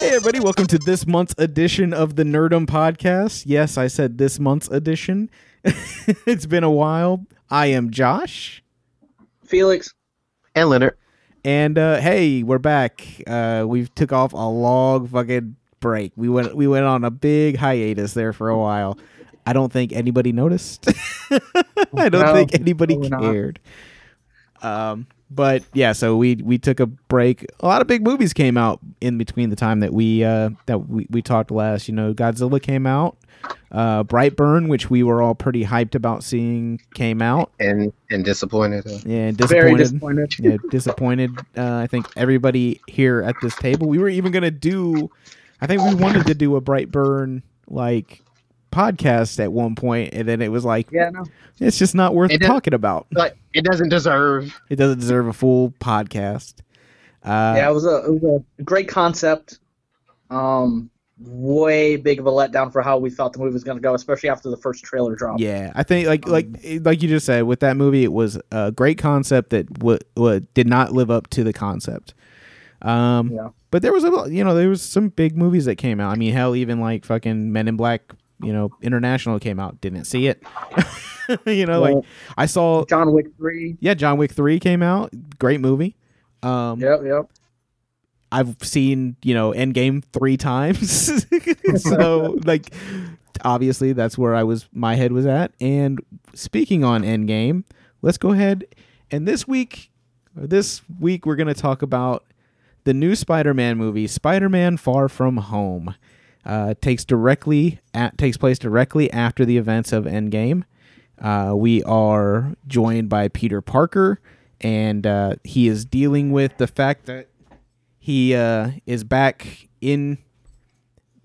Hey everybody, welcome to this month's edition of the Nerdum podcast. Yes, I said this month's edition. it's been a while. I am Josh, Felix. and Leonard. and uh, hey, we're back. Uh, we've took off a long fucking break. We went we went on a big hiatus there for a while. I don't think anybody noticed. I don't No, think anybody probably not. cared. Um, but yeah, so we we took a break. A lot of big movies came out in between the time that we uh, that we, we talked last. You know, Godzilla came out, uh, Brightburn, which we were all pretty hyped about seeing, came out. And and uh, disappointed. huh? Yeah, Very disappointed disappointed. yeah, disappointed. Uh, I think everybody here at this table. We were even gonna do. I think we wanted to do a Brightburn like podcast at one point, and then it was like Yeah, no. it's just not worth It is- talking about. But it doesn't deserve. It doesn't deserve a full podcast. Uh, yeah, it was, a, it was a great concept. Um, way big of a letdown for how we thought the movie was going to go, especially after the first trailer drop. Yeah, I think like like like you just said with that movie, it was a great concept that w- w- did not live up to the concept. Um, Yeah. but there was a lot- you know there was some big movies that came out. I mean, hell, even like fucking Men in Black, you know, International came out. Didn't see it. you know, like Well, I saw. John Wick three. Yeah, John Wick three came out. Great movie. Um, Yep, yep. I've seen you know Endgame three times, so like obviously that's where I was my head was at. And speaking on Endgame, let's go ahead and this week, or this week we're gonna talk about the new Spider-Man movie, Spider-Man: Far From Home. Uh, takes directly at takes place directly after the events of Endgame. Uh, we are joined by Peter Parker, and uh, he is dealing with the fact that he uh, is back in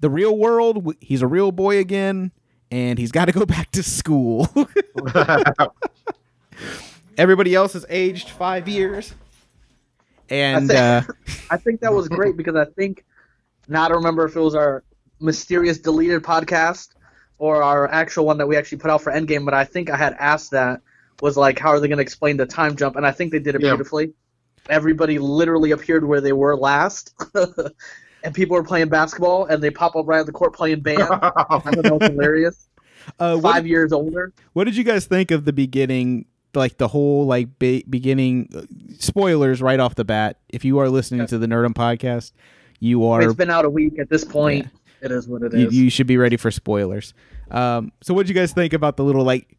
the real world. W- He's a real boy again, and he's got to go back to school. Everybody else has aged five years, and uh, I think, I think that was great because I think, now I don't remember if it was our mysterious deleted podcast or our actual one that we actually put out for Endgame, but I think I had asked that was like, how are they going to explain the time jump? And I think they did it Yeah. beautifully. Everybody literally appeared where they were last, and people were playing basketball, and they pop up right on the court playing band. I thought that was hilarious. uh, what, Five years older. what did you guys think of the beginning? Like the whole like be- beginning uh, spoilers right off the bat. If you are listening Yeah. to the Nerdum podcast, you are it's been out a week at this point. It is what it you, is. you should be ready for spoilers. Um, so what would you guys think about the little like?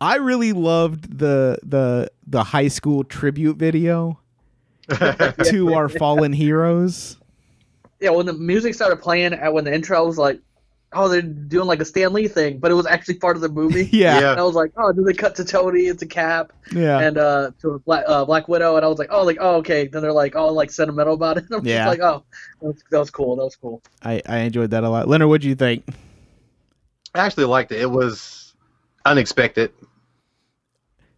I really loved the the the high school tribute video to our fallen heroes. yeah, when the music started playing, and when the intro was like, oh, they're doing like a Stan Lee thing, but it was actually part of the movie. Yeah, Yeah. And I was like, oh, do they cut to Tony and to Cap yeah, and uh, to Black, uh, Black Widow? And I was like, oh, like, oh, okay. Then they're like, oh, like sentimental about it. And I'm Yeah. just like, oh, that was, that was cool. That was cool. I, I enjoyed that a lot. Leonard, what do you think? I actually liked it. It was unexpected.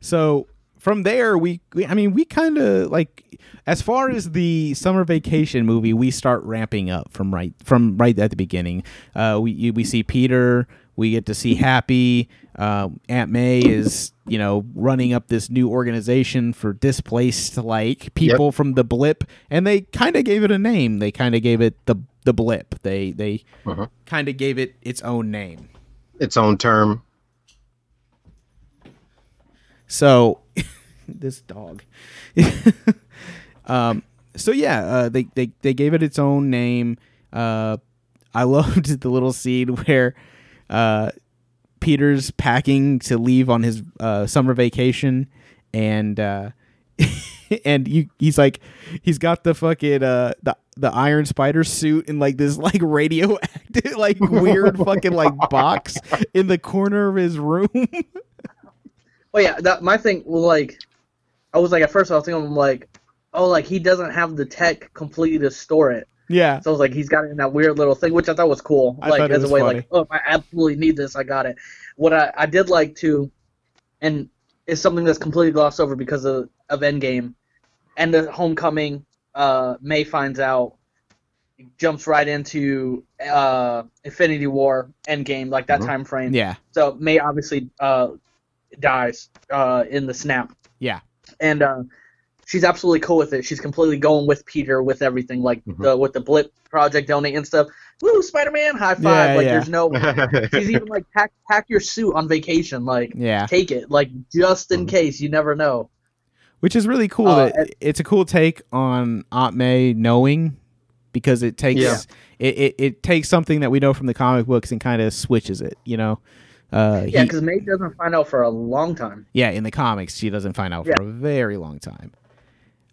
So from there, we, we I mean, we kind of like as far as the summer vacation movie, we start ramping up from right from right at the beginning. Uh, we you, we see Peter, we get to see Happy. Um, Aunt May is you know running up this new organization for displaced like people from the blip, and they kind of gave it a name. They kind of gave it the the blip. They they Mhm. kind of gave it its own name. Its own term. So this dog. um, so yeah, uh, they, they they gave it its own name. Uh, I loved the little scene where uh, Peter's packing to leave on his uh, summer vacation, and uh, and you he's like he's got the fucking uh, the the Iron Spider suit and like this like radioactive like weird fucking like box in the corner of his room. Oh yeah, that my thing was like, I was like at first I was thinking I'm like, oh like he doesn't have the tech completely to store it, yeah. so I was like he's got it in that weird little thing, which I thought was cool. I like thought it as was a way funny. like, oh if I absolutely need this, I got it. What I I did like too, and is something that's completely glossed over because of of Endgame, and the Homecoming. Uh, May finds out, jumps right into uh Infinity War, Endgame, like that Mhm. time frame. Uh-huh. Yeah. So May obviously uh, dies uh, in the snap. Yeah. And uh, she's absolutely cool with it. She's completely going with Peter with everything, like Mm-hmm. Mhm. the with the blip project donate and stuff. Woo, Spider Man, high five! Yeah, like yeah. there's no. She's even like pack pack your suit on vacation, like Yeah, Mm-hmm. take it, like just in Mhm. case. You never know. which is really cool. Uh, that it's a cool take on Aunt May knowing because it takes Yeah. it, it, it takes something that we know from the comic books and kind of switches it. You know, uh, Yeah, he- because May doesn't find out for a long time. Yeah, in the comics, she doesn't find out Yeah. for a very long time.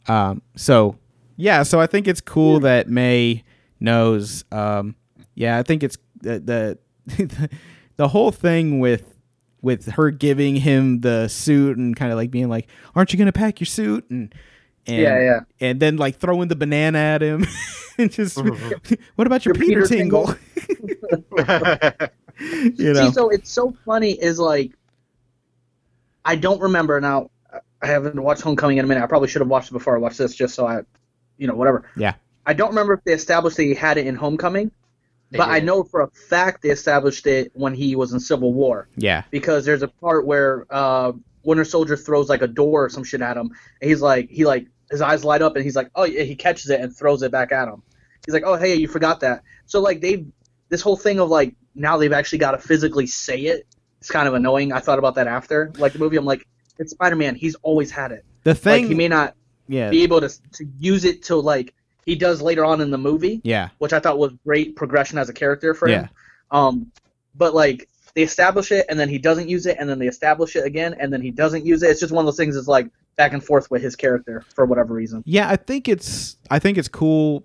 Um, so yeah, so I think it's cool that May knows. Um, yeah, I think it's the the the whole thing with with her giving him the suit and kind of like being like, "Aren't you gonna pack your suit?" and and, yeah, yeah. and then like throwing the banana at him and just what about your, Your Peter, Peter tingle? you know, See, so it's so funny is like I don't remember now. I haven't watched Homecoming in a minute. I probably should have watched it before I watched this, just so I, you know, whatever. Yeah. I don't remember if they established that he had it in Homecoming, They but I did. know for a fact they established it when he was in Civil War yeah, because there's a part where uh, Winter Soldier throws like a door or some shit at him. And he's like, he like his eyes light up and he's like, oh yeah, he catches it and throws it back at him. He's like, oh hey, you forgot that. So like they, this whole thing of like now they've actually got to physically say it. It's kind of annoying. I thought about that after like the movie. I'm like, it's Spider Man. He's always had it. the Like thing, he may not yeah, be able to to use it till like he does later on in the movie yeah, which I thought was great progression as a character for Yeah. him. Um, but like they establish it and then he doesn't use it and then they establish it again and then he doesn't use it. It's just one of those things that's like back and forth with his character for whatever reason. Yeah, I think it's I think it's cool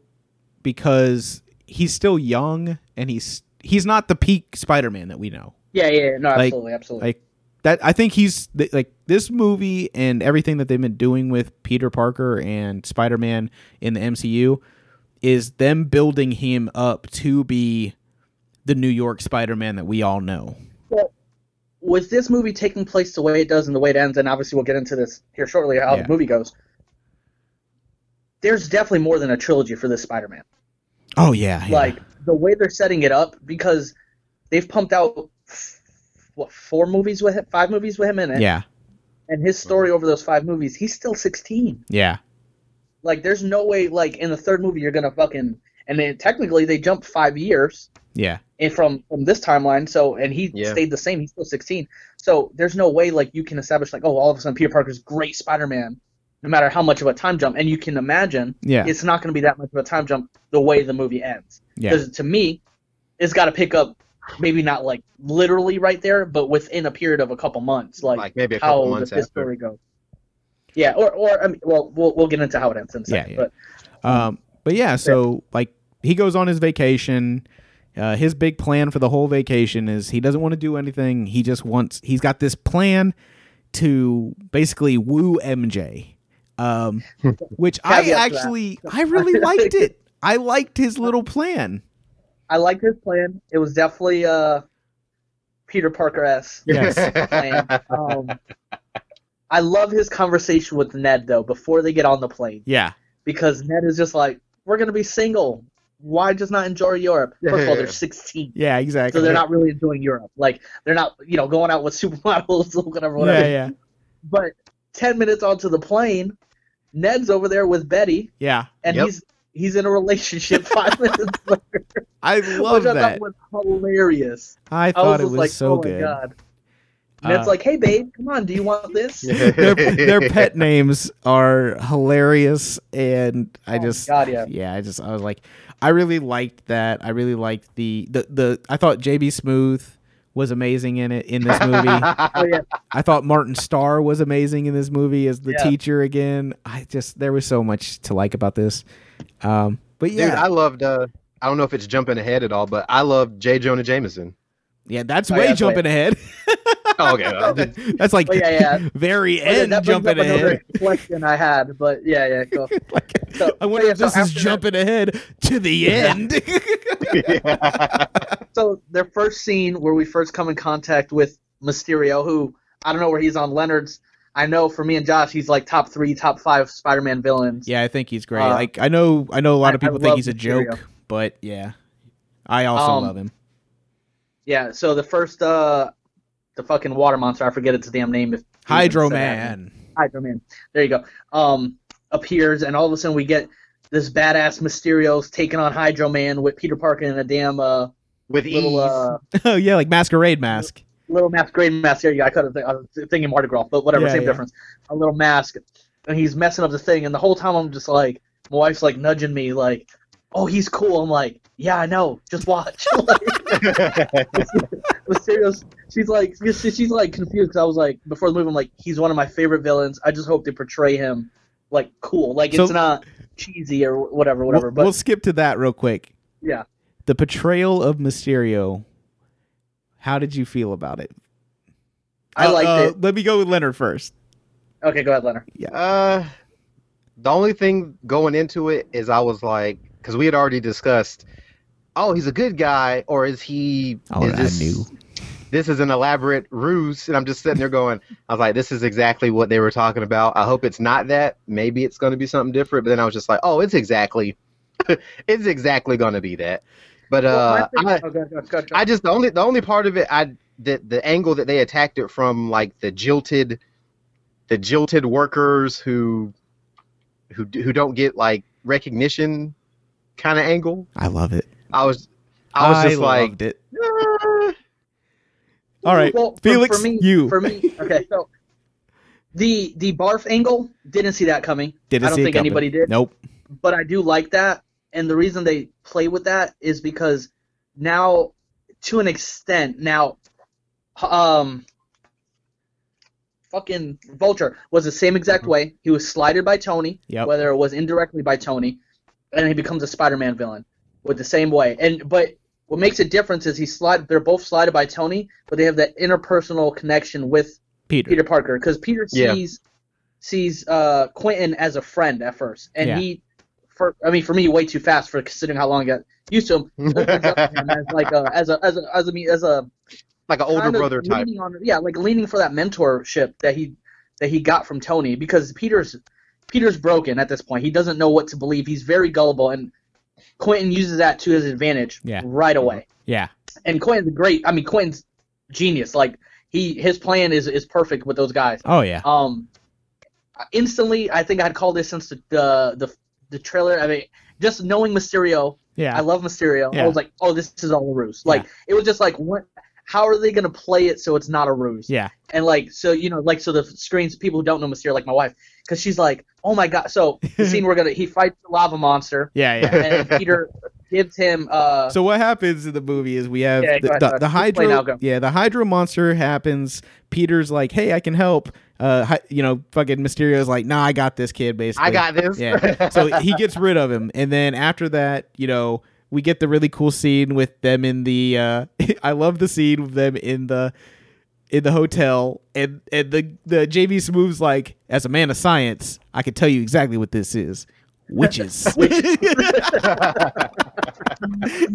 because he's still young and he's he's not the peak Spider-Man that we know. Yeah, yeah, yeah, no, Like- absolutely, absolutely. like- That I think he's th- like this movie and everything that they've been doing with Peter Parker and Spider-Man in the MCU is them building him up to be the New York Spider-Man that we all know. with this movie taking place the way it does and the way it ends, and obviously we'll get into this here shortly how Yeah. the movie goes. There's definitely more than a trilogy for this Spider-Man. Oh yeah, yeah. like the way they're setting it up because they've pumped out f- what four movies with him, five movies with him in it, yeah, and his story over those five movies, he's still 16. yeah, Like, there's no way, like, in the third movie, you're gonna fucking. And then technically, they jumped five years yeah. and from from this timeline. So, and he Yeah. stayed the same. He's still 16. So, there's no way, like, you can establish, like, oh, all of a sudden, Peter Parker's great Spider-Man, no matter how much of a time jump. And you can imagine, Yeah. it's not gonna be that much of a time jump the way the movie ends. yeah. Because to me, it's got to pick up, maybe not like literally right there, but within a period of a couple months, like, like maybe a how couple does months this after. story go? Yeah, or or I mean, well, we'll we'll get into how it ends in a Yeah, second. yeah. But Um, but yeah, so like he goes on his vacation. Uh, his big plan for the whole vacation is he doesn't want to do anything. He just wants. He's got this plan to basically woo MJ, um, which I Caveat to that. actually I really liked it. I liked his little plan. I like his plan. It was definitely uh, Peter Parker s. Yes. plan. Um, I love his conversation with Ned though before they get on the plane Yeah, because Ned is just like, "We're gonna be single. Why just not enjoy Europe?" First of all, they're sixteen. yeah, exactly. So they're not really enjoying Europe. Like they're not, you know, going out with supermodels, whatever, whatever. yeah, yeah, But ten minutes onto the plane, Ned's over there with Betty, yeah. and Yep. he's he's in a relationship five minutes later, I love which I that. thought was hilarious. I I was, thought it just was like, so oh good. my god. Ned's Uh, like, hey babe, come on, do you want this? their, their pet names are hilarious, and I Oh my just God, yeah. I just I was like, I really liked that. I really liked the the the. I thought JB Smooth was amazing in it in this movie. Oh yeah, I thought Martin Starr was amazing in this movie as the Yeah. teacher again. I just there was so much to like about this. Um, but Dude, yeah, I loved. Uh, I don't know if it's jumping ahead at all, but I loved J. Jonah Jameson. yeah, that's Oh, way yeah, that's jumping ahead. Oh, okay. well, that's like Oh, yeah, yeah. very But then end that brings jumping up another ahead. question I had, but yeah, yeah, cool. Like, So- I wonder so yeah, if so this is after that- jumping ahead to the end. so their first scene where we first come in contact with Mysterio, who I don't know where he's on Leonard's. I know for me and Josh, he's like top three, top five Spider-Man villains. Yeah, I think he's great. Uh, like I know I know a lot I- of people I think love he's a Mysterio. joke, but yeah. I also Um, love him. Yeah, So the first, uh, the fucking water monster. I forget its damn name. If Hydro Man. Hydro Man. There you go. Um, appears, and all of a sudden we get this badass Mysterio's taking on Hydro Man with Peter Parker in a damn uh, with ease. little uh, oh yeah, like masquerade mask. little mask, green mask. There you go. I could have I was thinking Mardi Gras, but whatever, Yeah, same yeah. difference. A little mask, and he's messing up the thing, and the whole time I'm just like, my wife's like nudging me, like, "Oh, he's cool." I'm like, "Yeah, I know. Just watch." like, uh, Mysterio's. She's like, she- she's like confused 'cause I was like, before the movie, I'm like, he's one of my favorite villains. I just hope they portray him like cool, like So- it's not cheesy or whatever, whatever. We'll, but we'll skip to that real quick. yeah, The portrayal of Mysterio. How did you feel about it? I Uh, liked uh, it. Let me go with Leonard first. Okay, go ahead, Leonard. Uh, the only thing going into it is I was like, because we had already discussed, oh, he's a good guy, or is he? Oh, is I this, knew. This is an elaborate ruse, and I'm just sitting there going, I was like, this is exactly what they were talking about. I hope it's not that. Maybe it's going to be something different. But then I was just like, oh, it's exactly, it's exactly going to be that. But uh, Well, my I, thing- oh, go ahead, go ahead, go ahead, go ahead. I just the only the only part of it I the the angle that they attacked it from like the jilted the jilted workers who who d- who don't get like recognition kind of angle. I love it. I was I was just like loved it. "Ah." All right, Well, for- Felix, for me, you for me. Okay, so the the barf angle didn't see that coming, didn't I don't see it think coming. anybody did. Nope. but I do like that, and the reason they play with that is because now, to an extent, now, um, fucking Vulture was the same exact way. He was slighted by Tony, Yep. whether it was indirectly by Tony, and he becomes a Spider-Man villain with the same way. And but what makes a difference is he slide. They're both slided by Tony, but they have that interpersonal connection with Peter. Peter Parker because Peter Yeah. sees sees uh, Quentin as a friend at first, and Yeah. he, for I mean, for me, way too fast for considering how long I got used to him. Opens up to him as like a as a as a as a, me- as a like an older kind of brother type. leaning on- yeah, like leaning for that mentorship that he that he got from Tony because Peter's Peter's broken at this point. He doesn't know what to believe. He's very gullible, and Quentin uses that to his advantage Yeah. right Mm-hmm. away Yeah. and Quentin's great. I mean, Quentin's genius. Like he, his plan is is perfect with those guys. Oh yeah. Um, instantly, I think I'd call this since the the the, the trailer. I mean, just knowing Mysterio, Yeah. I love Mysterio. Yeah. I was like, oh, this is all a ruse. Like it was just like what. How are they gonna play it so it's not a ruse? yeah. And like so, you know, like so the screens people who don't know Mysterio, like my wife, because she's like, oh my god. So the scene we're gonna he fights the lava monster, Yeah. Yeah. and Peter gives him uh So what happens in the movie is we have Yeah, the, go ahead, the, sorry. the Just play now, Hydra. go. Yeah, the Hydra monster happens. Peter's like, "Hey, I can help." Uh, hi, you know, fucking Mysterio's like, "Nah, I got this kid." Basically, I got this. Yeah. So he gets rid of him, and then after that, you know, we get the really cool scene with them in the. Uh, I love the scene with them in the in the hotel, and and the the JV Smooth's like, "As a man of science, I can tell you exactly what this is." Witches.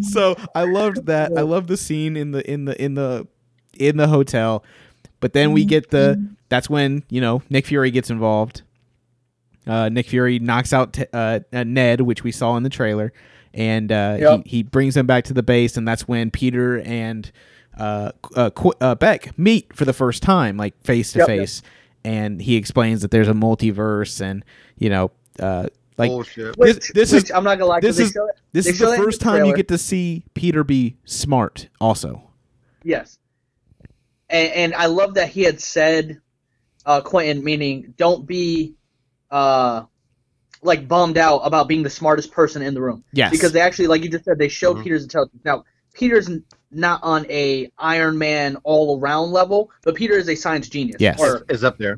so I loved that. I love the scene in the in the in the in the hotel. But then we get the that's when you know Nick Fury gets involved. Uh, Nick Fury knocks out t- uh, uh, Ned, which we saw in the trailer, and uh, Yep. he, he brings him back to the base, and that's when Peter and uh, Qu- uh, Qu- uh, Beck meet for the first time, like face to Yep. face, and he explains that there's a multiverse, and you know, uh, like Bullshit. this, this is which I'm not gonna lie. this 'cause they is- show it- this They is show the that in first the time you trailer. get to see Peter be smart. Also, Yes. And, and I love that he had said, uh, Quentin, meaning don't be, uh, like bummed out about being the smartest person in the room yes, Mm-hmm. because they actually, like you just said, they showed Mhm. Peter's intelligence. Now Peter's n- not on a Iron Man all around level, but Peter is a science genius. Yes. Or Is up there.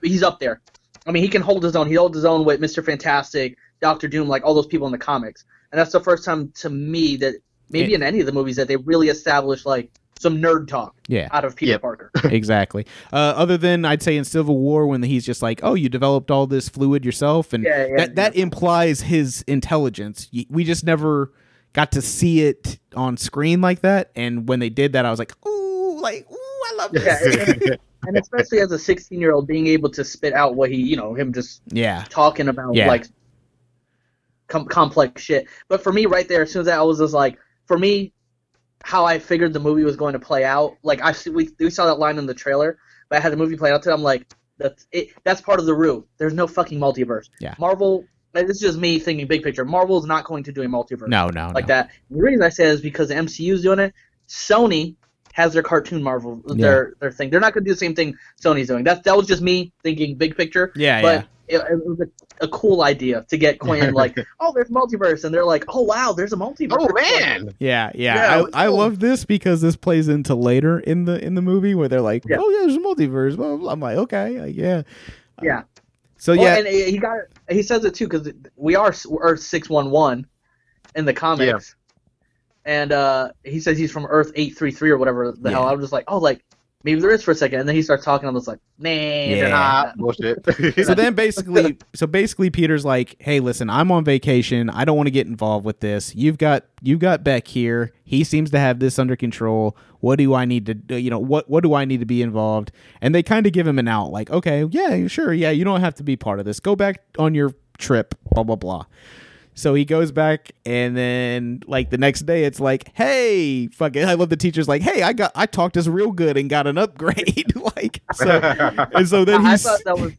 he's up there. I mean, he can hold his own. He holds his own with Mister Fantastic, Doctor Doom, like all those people in the comics. And that's the first time to me that maybe in any of the movies that they really established like some nerd talk yeah, out of Peter Yep. Parker. exactly. Uh, other than I'd say in Civil War when he's just like, "Oh, you developed all this fluid yourself," and Yeah, yeah, that that implies his intelligence. Y- We just never got to see it on screen like that. And when they did that, I was like, "Ooh, like, ooh, I love Yeah, this." and especially as a 16 year old being able to spit out what he, you know, him just yeah, talking about Yeah. like com- complex shit. But for me, right there, as soon as that, I was just like, for me, how I figured the movie was going to play out, like I see- we we saw that line in the trailer, but I had the movie play out to. it, I'm like, That's it. That's part of the rule. There's no fucking multiverse. Yeah. Marvel. and This is just me thinking big picture. Marvel's not going to do a multiverse No, no, like Oh, no. that. The reason I say that is because the MCU's doing it. Sony has their cartoon Marvel, their their thing. They're not going to do the same thing Sony's doing. That that was just me thinking big picture. Ah, Yeah, but it, it was a, a cool idea to get Quinn like, oh, there's multiverse, and they're like, oh wow, there's a multiverse. Oh Like, man, yeah, yeah, Yeah, yeah. it was I, I cool. love this because this plays into later in the in the movie where they're like, Yeah. "Oh yeah, there's a multiverse." Blah, blah, blah. I'm like, okay, like, yeah, Yeah. So Well, yeah, and uh, he he got he says it too because we are s- Earth six one one in the comics, and uh, he says he's from Earth eight three three or whatever the hell. Yeah. I was just like, oh, like maybe there is for a second, and then he starts talking. I was like, nah, Yeah. they're not. nah, bullshit. so then basically so basically peter's like hey listen i'm on vacation i don't want to get involved with this you've got you've got beck here he seems to have this under control what do i need to do you know what what do i need to be involved and they kind of give him an out like okay yeah sure yeah you don't have to be part of this go back on your trip blah blah blah so he goes back and then like the next day it's like, hey, fuck it. I love the teacher's like, hey, I got I talked us real good and got an upgrade. like so and so then I, I he's thought that was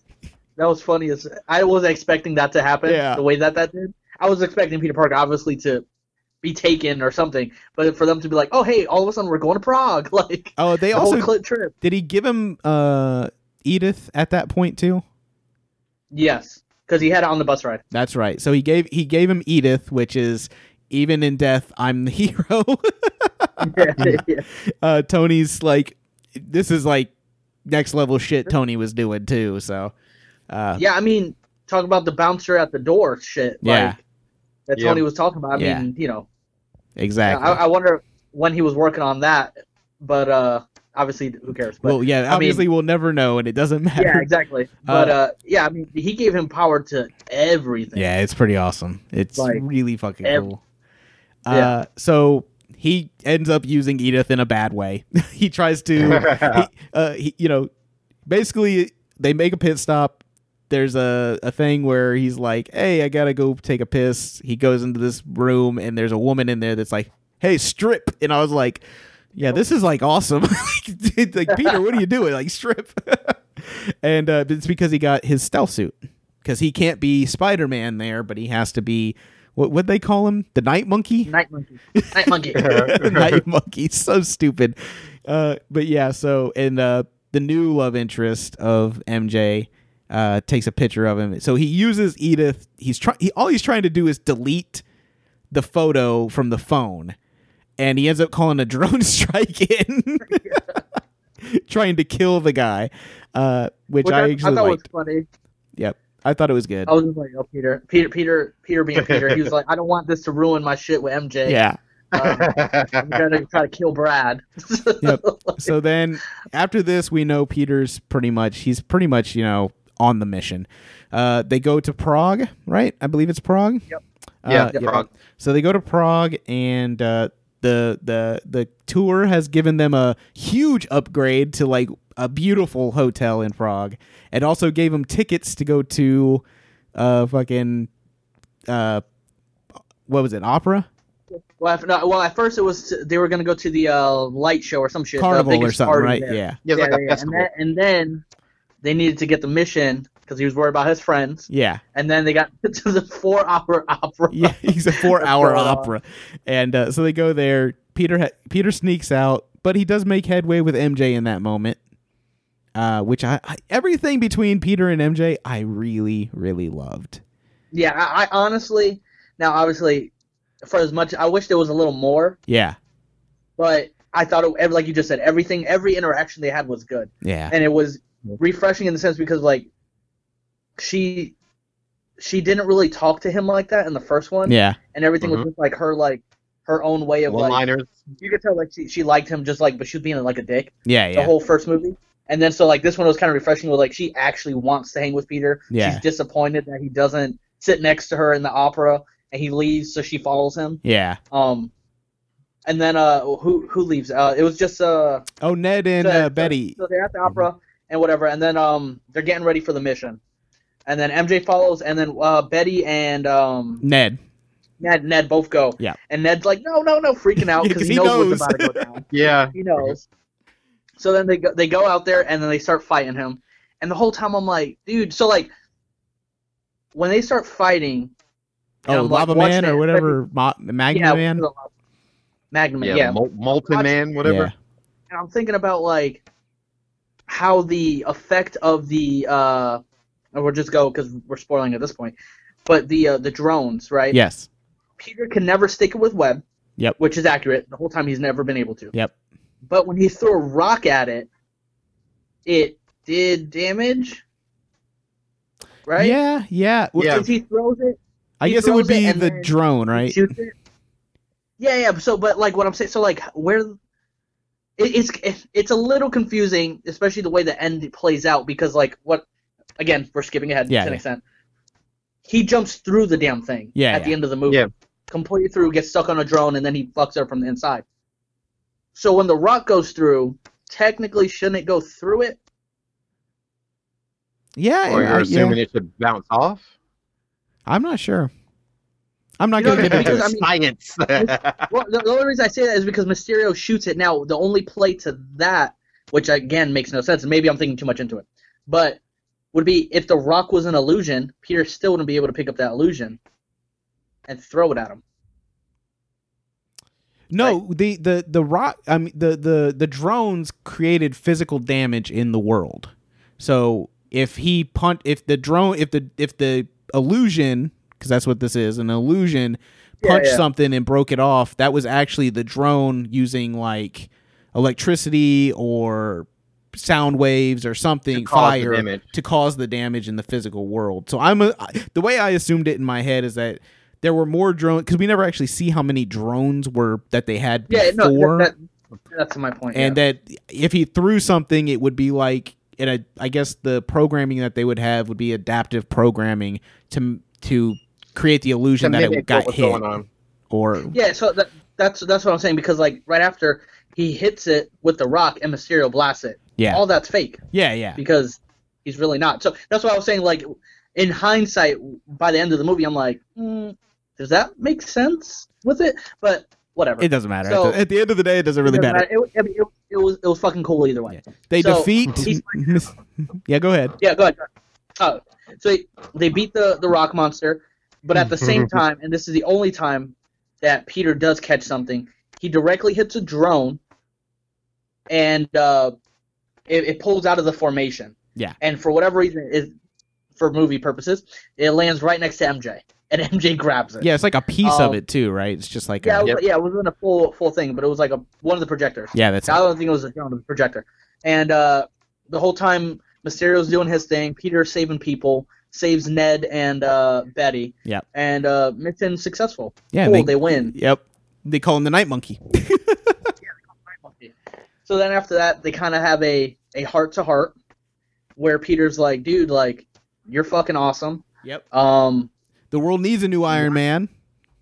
that was funny. As I was expecting that to happen, Yeah. the way that that did. I was expecting Peter Parker obviously to be taken or something, but for them to be like, oh hey, all of a sudden we're going to Prague, like Oh, they the also whole clip trip. Did he give him uh Edith at that point too? Yes, because he had it on the bus ride. That's right. So he gave he gave him Edith, which is even in death, I'm the hero. yeah. uh Tony's like this is like next level shit Tony was doing too, so uh Yeah, I mean, talk about the bouncer at the door shit. Yeah. Like, that Yeah. Tony was talking about. I Yeah. mean, you know, exactly. I, I wonder when he was working on that, but uh, obviously, who cares? But, well, yeah, mean- obviously we'll never know and it doesn't matter. yeah, exactly. But Uh, uh, yeah, I mean, he gave him power to everything. Yeah, it's pretty awesome. It's Like, really fucking ev- cool. Yeah. Uh, so he ends up using Edith in a bad way. he tries to he, uh, he, you know, basically they make a pit stop. There's a, a thing where he's like, "Hey, I gotta go take a piss." He goes into this room and there's a woman in there that's like, "Hey, strip," and I was like, "Yeah, this is like awesome." It's like Peter, what are you doing? Like strip, and uh, it's because he got his stealth suit because he can't be Spider Man there, but he has to be what would they call him? The Night Monkey. Night monkey. Night monkey. night monkey so stupid uh but yeah so and uh the new love interest of mj uh takes a picture of him so he uses edith he's trying he all he's trying to do is delete the photo from the phone and he ends up calling a drone strike in trying to kill the guy uh which, Which i, I, I actually thought liked was funny. i thought it was good I was just like, oh, Peter, Peter, Peter, Peter being Peter. He was like, I don't want this to ruin my shit with MJ. yeah Um, I'm gonna try to kill Brad. Yep. so then after this we know peter's pretty much he's pretty much you know on the mission uh they go to prague right i believe it's prague Yep. Uh, yeah, Prague. so they go to prague and uh the the the tour has given them a huge upgrade to like a beautiful hotel in prague and also gave them tickets to go to uh fucking uh what was it opera Well, at, no, well, at first it was they were gonna go to the uh, light show or some shit, the carnival or biggest something party right there. yeah Yeah, it's like yeah, yeah, a And, festival. then, and then they needed to get the mission because he was worried about his friends, yeah and then they got to the four-hour opera. yeah, he's a four-hour going on. opera, and uh, so they go there. Peter ha- Peter sneaks out, but he does make headway with MJ in that moment. Uh, which I, I everything between Peter and MJ, I really really loved. Yeah, I, I honestly now obviously for as much I wish there was a little more, Yeah, but I thought it, ev- like you just said, everything, every interaction they had was good. yeah, and it was refreshing in the sense because like she she didn't really talk to him like that in the first one yeah, and everything Mhm. was just like her like her own way of like One-liners. you could tell like she, she liked him just like but she was being like a dick yeah, the yeah, whole first movie and then so like this one was kind of refreshing with like she actually wants to hang with peter Yeah. she's disappointed that he doesn't sit next to her in the opera and he leaves so she follows him yeah. um and then uh who who leaves uh it was just uh Oh, Ned and so- uh, so- Betty. So they're at the opera and whatever, and then um they're getting ready for the mission, and then MJ follows, and then uh, Betty and um Ned. Ned Ned both go. Yeah. And Ned's like, no, no, no, freaking out Yeah, because 'cause he, he knows, knows. what's about to go down. Yeah. he knows. So then they go they go out there and then they start fighting him, And the whole time I'm like, dude, so like when they start fighting, and Oh, I'm, like, Lava watching Man it, or whatever, Ma- Magna yeah, Man. Magnum Man, Yeah, yeah. Mul- Molten Watch- Man, whatever. Yeah. and I'm thinking about like how the effect of the uh, and we'll just go because we're spoiling at this point, but the uh, the drones, right? Yes. Peter can never stick it with Webb. Yep. Which is accurate. The whole time he's never been able to. Yep. But when he threw a rock at it, it did damage. Right. Yeah. Yeah. W- Yeah. Because he throws it, I He guess it would throws it be and the then drone, right? shoots it. Yeah, yeah. So, but like what I'm saying, so like where it, it's it, it's a little confusing, especially the way the end plays out because like what again we're skipping ahead Yeah, to an yeah. extent. He jumps through the damn thing Yeah, at the yeah. end of the movie, Yeah. completely through, gets stuck on a drone, and then he fucks her from the inside. So when the rock goes through, technically shouldn't it go through it? Yeah. Or I- you're I- yeah. assuming it should bounce off? I'm not sure. I'm not You know, going to Okay, get into because it. I mean- Science. Well, the, the only reason I say that is because Mysterio shoots it. Now, the only play to that, which again makes no sense, and maybe I'm thinking too much into it, but would be if the rock was an illusion, Peter still wouldn't be able to pick up that illusion and throw it at him. No, the the the rock. I mean, the the the drones created physical damage in the world. So if he punt, if the drone, if the if the illusion, because that's what this is, an illusion, Yeah, punched yeah. something and broke it off. That was actually the drone using like electricity or sound waves or something, cause the fire damage. to cause the damage in the physical world. So I'm a, I- the way I assumed it in my head is that there were more drones because we never actually see how many drones were that they had Yeah, no, before, that, that- that's my point. and yeah. that if he threw something, it would be like, and I, I guess the programming that they would have would be adaptive programming to to create the illusion that it mimic got what's hit going on. or yeah, so that, that's that's what I'm saying because like right after he hits it with the rock and Mysterio blasts it, yeah, all that's fake. yeah, yeah, because he's really not. So that's why I was saying, like, in hindsight, by the end of the movie, I'm like, mm, does that make sense with it? But whatever. It doesn't matter. So- at, the, at the end of the day, it doesn't really Doesn't matter. It, I mean, it, it was it was fucking cool either way. Yeah, They So- defeat. He's- yeah, go ahead. go ahead. Oh, so they, they beat the the rock monster, but at the same time, and this is the only time that Peter does catch something, he directly hits a drone, and uh, it, it pulls out of the formation. Yeah. And for whatever reason, it, for movie purposes, it lands right next to MJ, and MJ grabs it. Yeah, it's like a piece of Um, it too, right? It's just like a, Yeah, it was, Yep. yeah, it wasn't a full full thing, but it was like a one of the projectors. yeah, that's I don't think it was a drone, it was a projector. And uh, the whole time, Mysterio's doing his thing. Peter's saving people, saves Ned and uh, Betty. Yep. And uh, mission successful. Yeah, cool, they- they, win. Yep. They call him the night monkey. So then after that, they kind of have a a heart to heart, where Peter's like, "Dude, like, you're fucking awesome. Yep. Um, The world needs a new Iron Man.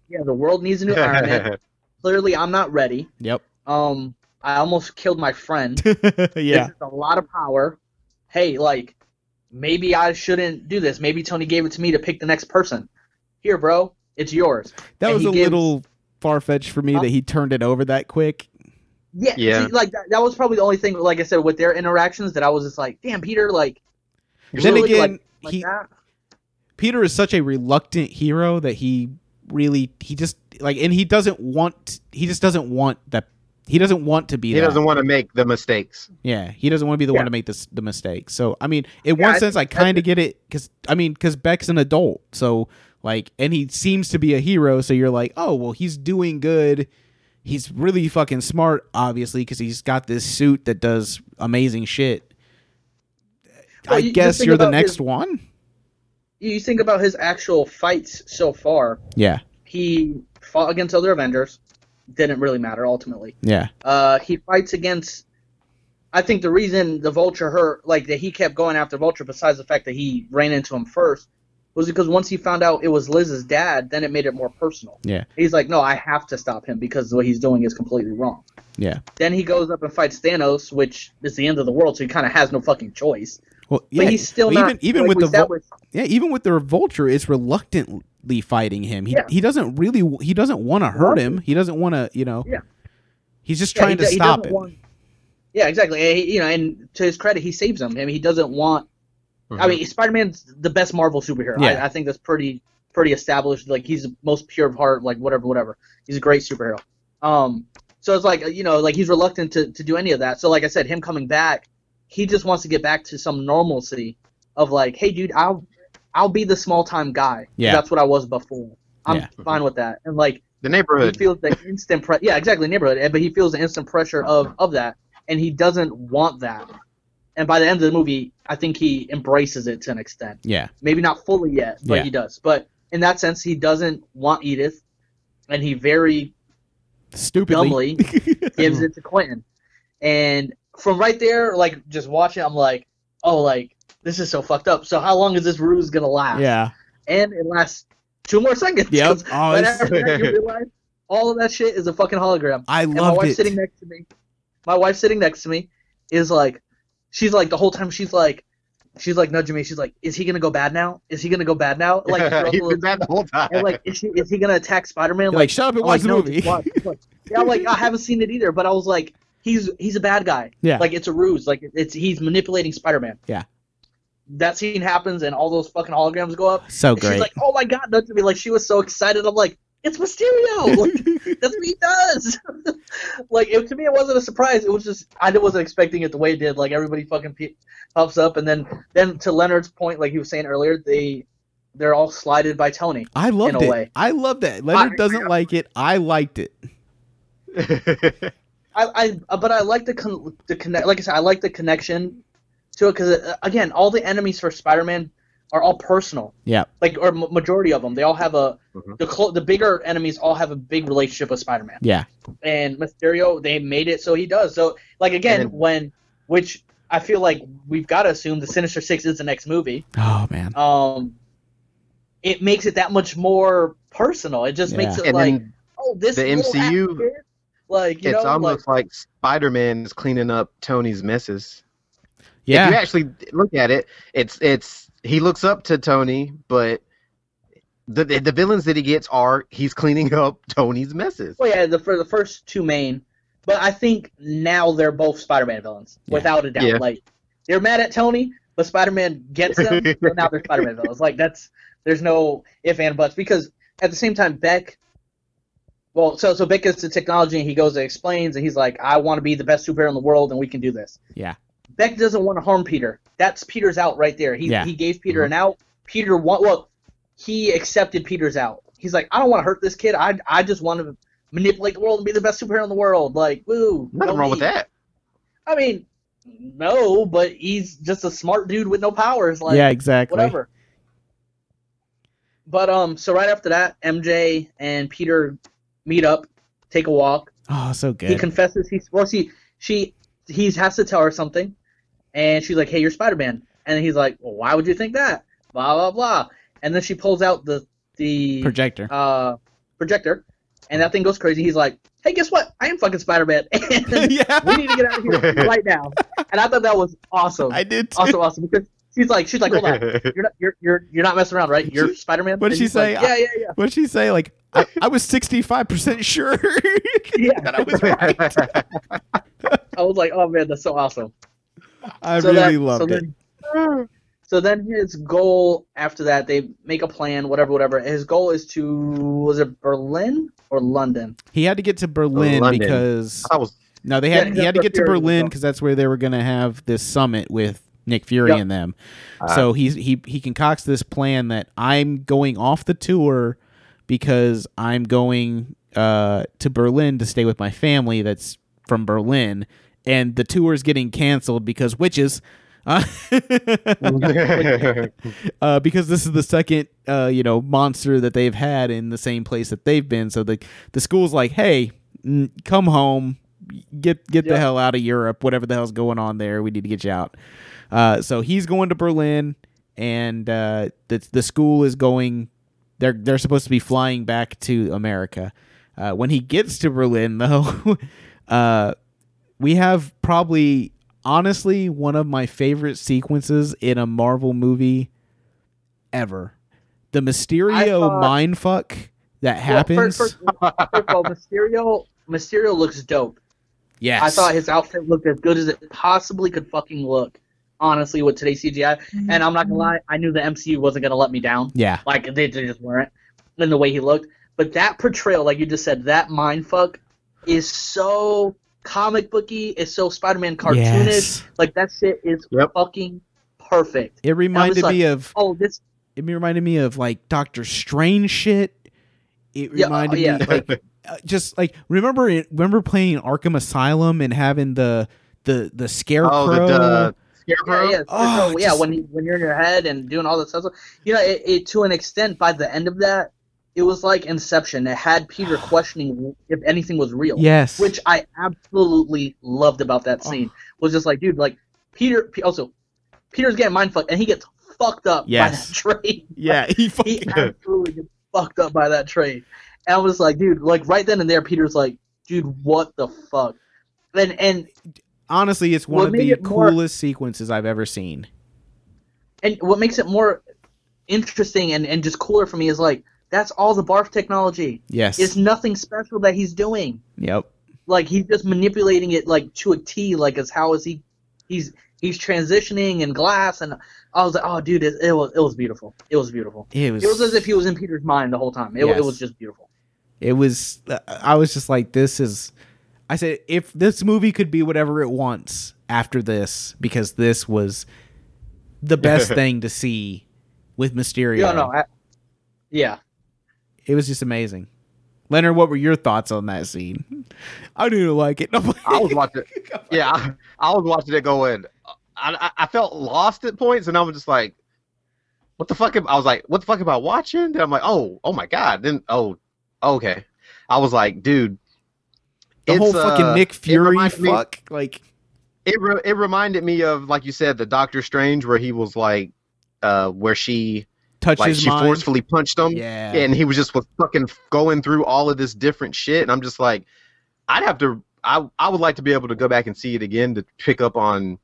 yeah, the world needs a new Iron Man. Clearly, I'm not ready. Yep. Um, I almost killed my friend. yeah. This is a lot of power. Hey, like, maybe I shouldn't do this. Maybe Tony gave it to me to pick the next person. Here, bro, it's yours. That And was he a gives- little far fetched for me Huh? that he turned it over that quick. Yeah, Yeah. see, like that, that was probably the only thing. Like I said, with their interactions, that I was just like, "Damn, Peter, like, You're then really, again, like he that." Peter is such a reluctant hero that he really he just like and he doesn't want he just doesn't want that he doesn't want to be He that. doesn't want to make the mistakes. Yeah, he doesn't want to be the Yeah. one to make this the mistake. So I mean, in Yeah, one I sense, I kind of get it because I mean, because Beck's an adult, so like, and he seems to be a hero. So you're like, oh well, he's doing good. He's really fucking smart, obviously, because he's got this suit that does amazing shit. Well, I you- you guess think you're the about next his- one. You think about his actual fights so far. Yeah, He fought against other Avengers. Didn't really matter ultimately. yeah, Uh, he fights against. I think the reason the Vulture hurt, like that he kept going after Vulture, besides the fact that he ran into him first, was because once he found out it was Liz's dad, then it made it more personal. Yeah. He's like, no, I have to stop him because what he's doing is completely wrong. yeah. Then he goes up and fights Thanos, which is the end of the world, so he kind of has no fucking choice. Well, But yeah, he's still well, not. even even like with we the Vul- established- yeah, even with the vulture, it's reluctantly fighting him. He Yeah. he doesn't really he doesn't want to hurt him. He doesn't want to you know. Yeah. He's just Yeah, trying he to do- he stop doesn't it. want- yeah, exactly. And he- you know, and to his credit, he saves him. I mean, he doesn't want Mm-hmm. I mean, Spider Man's the best Marvel superhero. Mm-hmm. Yeah. I, I think that's pretty pretty established. Like he's the most pure of heart. Like whatever, whatever. He's a great superhero. Um, so it's like you know, like he's reluctant to to do any of that. So like I said, him coming back, he just wants to get back to some normalcy of like, hey, dude, I'll I'll be the small time guy. Yeah. that's what I was before. I'm Yeah. fine with that. And like the he neighborhood. feels the instant pre- yeah exactly neighborhood eh, but he feels the instant pressure of of that and he doesn't want that and by the end of the movie i think he embraces it to an extent yeah, maybe not fully yet but Yeah. he does but in that sense he doesn't want edith and he very stupidly. gives it to quentin and from right there like just watching i'm like oh like this is so fucked up so how long is this ruse gonna last yeah, and it lasts two more seconds yep. 'cause Oh, right it's- after that, you realize all of that shit is a fucking hologram I and my loved wife it. sitting next to me my wife sitting next to me is like she's like the whole time she's like she's like nudging me she's like is he gonna go bad now is he gonna go bad now like throughout He's the- been bad the whole time. and like is, she, is he gonna attack spider-man You're like, shut up and I'm watch the no, movie. just watch, just watch. yeah I'm like i haven't seen it either but i was like he's he's a bad guy Yeah. like it's a ruse like it's he's manipulating spider-man Yeah. that scene happens and all those fucking holograms go up so and she's great. like oh my god nudging me like she was so excited i'm like it's mysterio like, that's what he does. like it, to me, it wasn't a surprise. It was just I wasn't expecting it the way it did. Like everybody fucking pe- puffs up, and then then to Leonard's point, like he was saying earlier, they they're all slided by Tony. I loved in a it. way. I loved that. Leonard doesn't like it. I liked it. I, I but I like the con- the connect. Like I said, I like the connection to it because again, all the enemies for Spider-Man are all personal. Yeah. Like or ma- majority of them, they all have a Mhm. the clo- the bigger enemies all have a big relationship with Spider-Man. Yeah. and Mysterio, they made it so he does. So, like again, And then- when which I feel like we've got to assume the Sinister Six is the next movie. Oh man. Um, it makes it that much more personal. It just makes Yeah. it and like, then oh, this the little MCU ass kid, like you it's know, like, almost like, Spider Man is cleaning up Tony's misses. If you Yeah. actually look at it, it's it's he looks up to Tony, but the the, the villains that he gets are he's cleaning up Tony's messes. well, yeah, the for the first two main, but I think now they're both Spider-Man villains Yeah. without a doubt. Yeah. Like they're mad at Tony, but Spider-Man gets them, so now they're Spider-Man villains. Like that's there's no if and buts because at the same time Beck. Well, so so Beck gets the technology and he goes and explains and he's like, I want to be the best superhero in the world and we can do this. Yeah. Beck doesn't want to harm Peter. That's Peter's out right there. He Yeah. Mm-hmm. he gave Peter an out. Peter want well, he accepted Peter's out. He's like, I don't want to hurt this kid. I I just want to manipulate the world and be the best superhero in the world. Like, woo. Nothing go wrong with me. that. I mean, no, but he's just a smart dude with no powers. Like, Yeah. Exactly. whatever. But um, so right after that, MJ and Peter meet up, take a walk. Oh, so He good. confesses he's well. She she he has to tell her something, and she's like, "Hey, you're Spider Man," and he's like, well, "Why would you think that?" Blah blah blah. And then she pulls out the the Projector. uh, projector, and that thing goes crazy. He's like, "Hey, guess what? I am fucking Spider Man." yeah. we need to get out of here right now. And I thought that was awesome, I did. Too. awesome, awesome. Because she's like, she's like, hold on, you're not, you're, you're, you're not messing around, right? You're She- Spider Man. what'd she say? yeah, yeah, yeah. What'd she say? Like, I, I was sixty-five percent sure Yeah. that I was right. I was like, oh man, that's so awesome. I So really that- loved so it. Then, so then his goal after that, they make a plan, whatever, whatever. His goal is to was it Berlin or London? He had to get to Berlin London. because I was no, they had Oh. Yeah, he had to get that's to where Fury was Berlin from. because that's where they were gonna have this summit with Nick Fury Yep. Uh, and them. Ah. so he's he he concocts this plan that I'm going off the tour because I'm going uh to Berlin to stay with my family that's from Berlin, and the tour is getting canceled because witches. Uh, Mm-hmm. uh, because this is the second uh, you know monster that they've had in the same place that they've been. So the the school's like, hey, n- come home, get get the Yeah. hell out of Europe, whatever the hell's going on there. We need to get you out. Uh, so he's going to Berlin, and uh, the the school is going. They're they're supposed to be flying back to America. Uh, when he gets to Berlin, though, uh, we have probably honestly one of my favorite sequences in a Marvel movie ever. The Mysterio thought- mindfuck that Well, happens. first, first, first of all, Mysterio, Mysterio looks dope. yes. I thought his outfit looked as good as it possibly could fucking look. honestly with today's CGI. And I'm not gonna lie, I knew the MCU wasn't gonna let me down. Yeah. Like they, they just weren't. And the way he looked, but that portrayal, like you just said, that mind fuck is so comic booky. It's so Spider-Man cartoonish. Yes. Like that shit is Yep. fucking perfect. It reminded like, me of Oh, this it reminded me of like Doctor Strange shit. It Yeah, oh, reminded yeah. me like uh, just like remember it, remember playing Arkham Asylum and having the the the scarecrow. Oh, the, the scarecrow. yeah, yeah, Oh, so, yeah. just- When you- when you're in your head and doing all this stuff, you know, it, it to an extent. By the end of that, it was like Inception. It had Peter questioning if anything was real. yes. Oh. which I absolutely loved about that scene was just like, dude, like Peter. P- Also, Peter's getting mind fucked, and he gets fucked up Yes. by that train. yeah, he he fucking absolutely gets fucked up by that train. And I was like, dude, like right then and there, Peter's like, dude, what the fuck? And and honestly, it's one What of made the it more- coolest sequences I've ever seen. and what makes it more interesting and and just cooler for me is like that's all the barf technology. Yes. It's nothing special that he's doing. yep. like he's just manipulating it like to a T. Like as how is he, he's he's transitioning in glass, and I was like, oh dude, it, it was it was beautiful. It was beautiful. It was It was as if he was in Peter's mind the whole time. It, Yes. it was just beautiful. It was. uh, I was just like, this is. I said, if this movie could be whatever it wants after this, because this was the best thing to see with Mysterio. Yeah, no, I, yeah. It was just amazing. Leonard, what were your thoughts on that scene? I didn't like it. No, I was watching. Yeah, I, I was watching it going. I, I I felt lost at points, and I was just like, "What the fuck?" Am, I was like, "What the fuck am I watching?" Then I'm like, "Oh, oh my god!" Then oh, okay. I was like, "Dude." the it's, whole fucking uh, Nick it Fury reminded me- fuck. like, it re- it reminded me of like you said the Doctor Strange where he was like uh where she touch like his she mind. forcefully punched him yeah. and he was just was fucking going through all of this different shit and I'm just like I'd have to I I would like to be able to go back and see it again to pick up on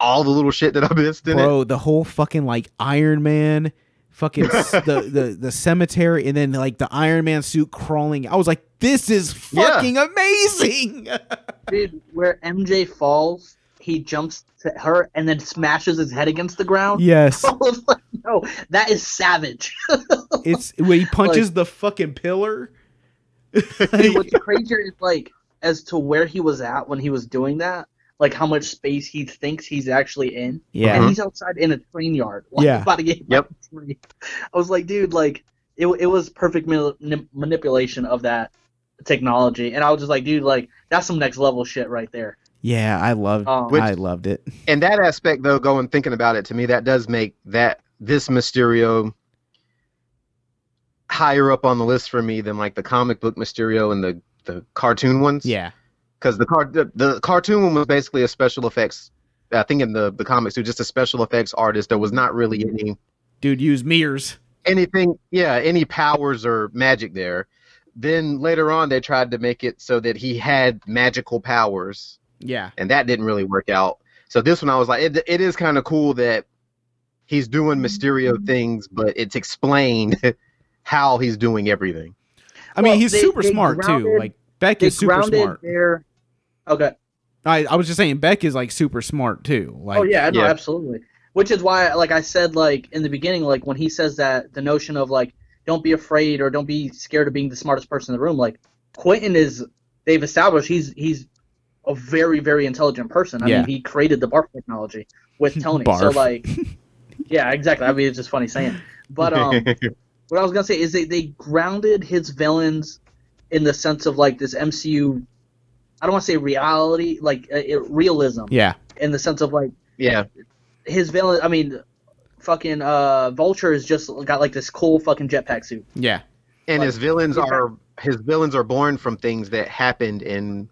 all the little shit that I missed in it. Bro, the whole fucking like Iron Man, fucking s- the, the the cemetery, and then like the Iron Man suit crawling. I was like, this is Yeah. fucking amazing. Dude, where MJ falls, he jumps to her and then smashes his head against the ground. yes, I was like, no, that is savage. it's when he punches the fucking pillar. Dude, what's crazier is like as to where he was at when he was doing that, like how much space he thinks he's actually in. yeah, and he's outside in a train yard. Like, Yeah. About to get hit by Yep. a train. I was like, dude, like it, it was perfect mil- ni- manipulation of that technology, and I was just like, dude, like that's some next level shit right there. yeah, I loved, Um, Which- I loved it. And that aspect though going thinking about it to me that does make that this Mysterio higher up on the list for me than like the comic book Mysterio and the the cartoon ones. Yeah, because the card the, the cartoon one was basically a special effects. I think in the the comics too, just a special effects artist. There was not really any dude, use mirrors. anything, yeah, any powers or magic there. Then later on, they tried to make it so that he had magical powers, Yeah, and that didn't really work out. So this one, I was like, it, it is kind of cool that he's doing Mysterio Mm-hmm. things, but it's explained how he's doing everything. I Well, mean, he's they- super they smart too. grounded- Like Beck They is super grounded smart. their. Okay. I, I was just saying, Beck is like super smart too. Like, oh yeah, no, Yeah. absolutely. Which is why, like I said, like in the beginning, like when he says that the notion of like don't be afraid or don't be scared of being the smartest person in the room, like Quentin is. They've established he's he's a very very intelligent person. I Yeah. mean, he created the barf technology with Tony. So Barf. like, yeah, exactly. I mean, it's just funny saying. But um, what I was gonna say is they they grounded his villains in the sense of like this MCU. I don't want to say reality, like uh, it, realism, yeah, in the sense of like yeah, his villain. I mean, fucking uh, Vulture is just got like this cool fucking jetpack suit. yeah, and Like, his villains exactly. are his villains are born from things that happened in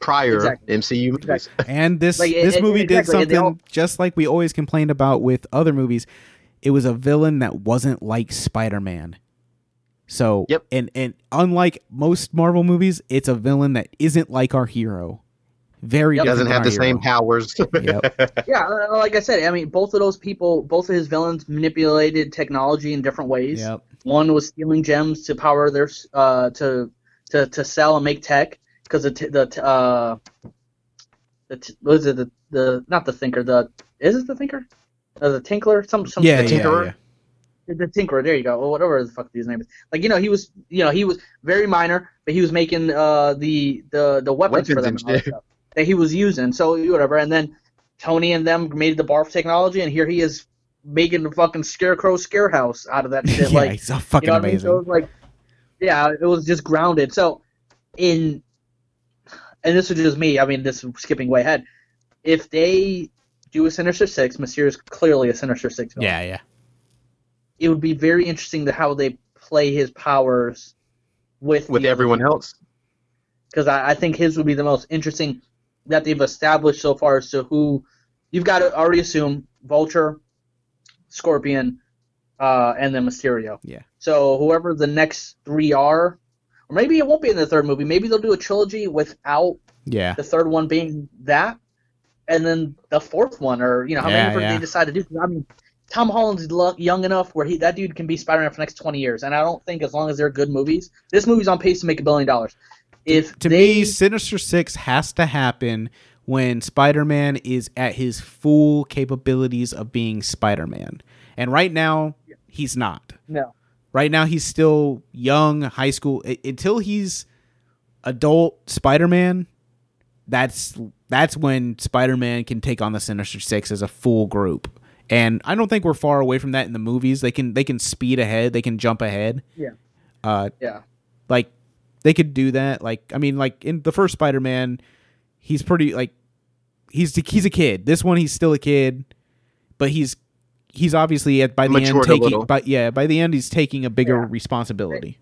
prior Exactly. MCU movies. And this Like, it- this it- movie did exactly, and they something all- just like we always complained about with other movies. It was a villain that wasn't like Spider-Man. So Yep. and and unlike most Marvel movies, it's a villain that isn't like our hero. Very Yep. different Doesn't than have our the same hero. powers. Yep. yeah, uh, like I said, I mean, both of those people, both of his villains, manipulated technology in different ways. yep. One was stealing gems to power their s- uh, to to to sell and make tech because the t- the t- uh, the t- what is it the the not the thinker the Is it the Tinker? Or the Tinkler? Some some yeah, the yeah, Tinkerer? yeah. the Tinkerer. There you go, or whatever the fuck these names. Like you know, he was you know he was very minor, but he was making uh the the the weapons, for Weapons them and and all that shit. stuff that he was using. So whatever, and then Tony and them made the barf technology, and here he is making the fucking scarecrow scarehouse out of that shit. yeah, like he's so fucking you know what I mean? amazing. So it was like, yeah, it was just grounded. So in, and this was just me. I mean, this is skipping way ahead. If they do a Sinister Six, Monsieur is clearly a Sinister Six. villain. yeah, yeah. It would be very interesting to how they play his powers with with everyone else. because I, I think his would be the most interesting that they've established so far as to who you've got to already assume Vulture, Scorpion, uh, and then Mysterio. Yeah. So whoever the next three are, or maybe it won't be in the third movie. Maybe they'll do a trilogy without Yeah. the third one being that, and then the fourth one, or you know, how Yeah, many yeah. they decide to do. 'Cause, I mean, Tom Holland's lo- young enough where he that dude can be Spider-Man for the next twenty years, and I don't think as long as they're good movies, this movie's on pace to make a billion dollars. If to they, me, Sinister Six has to happen when Spider Man is at his full capabilities of being Spider Man. And right now, he's not. no, Right now, he's still young, high school. I- until he's adult Spider Man, that's that's when Spider Man can take on the Sinister Six as a full group. And I don't think we're far away from that in the movies. They can they can speed ahead. They can jump ahead. Yeah. Uh, yeah, like they could do that like i mean like in the first spider-man he's pretty like he's he's a kid this one he's still a kid but he's he's obviously at by the end Matured a taking little. but yeah by the end he's taking a bigger Yeah. responsibility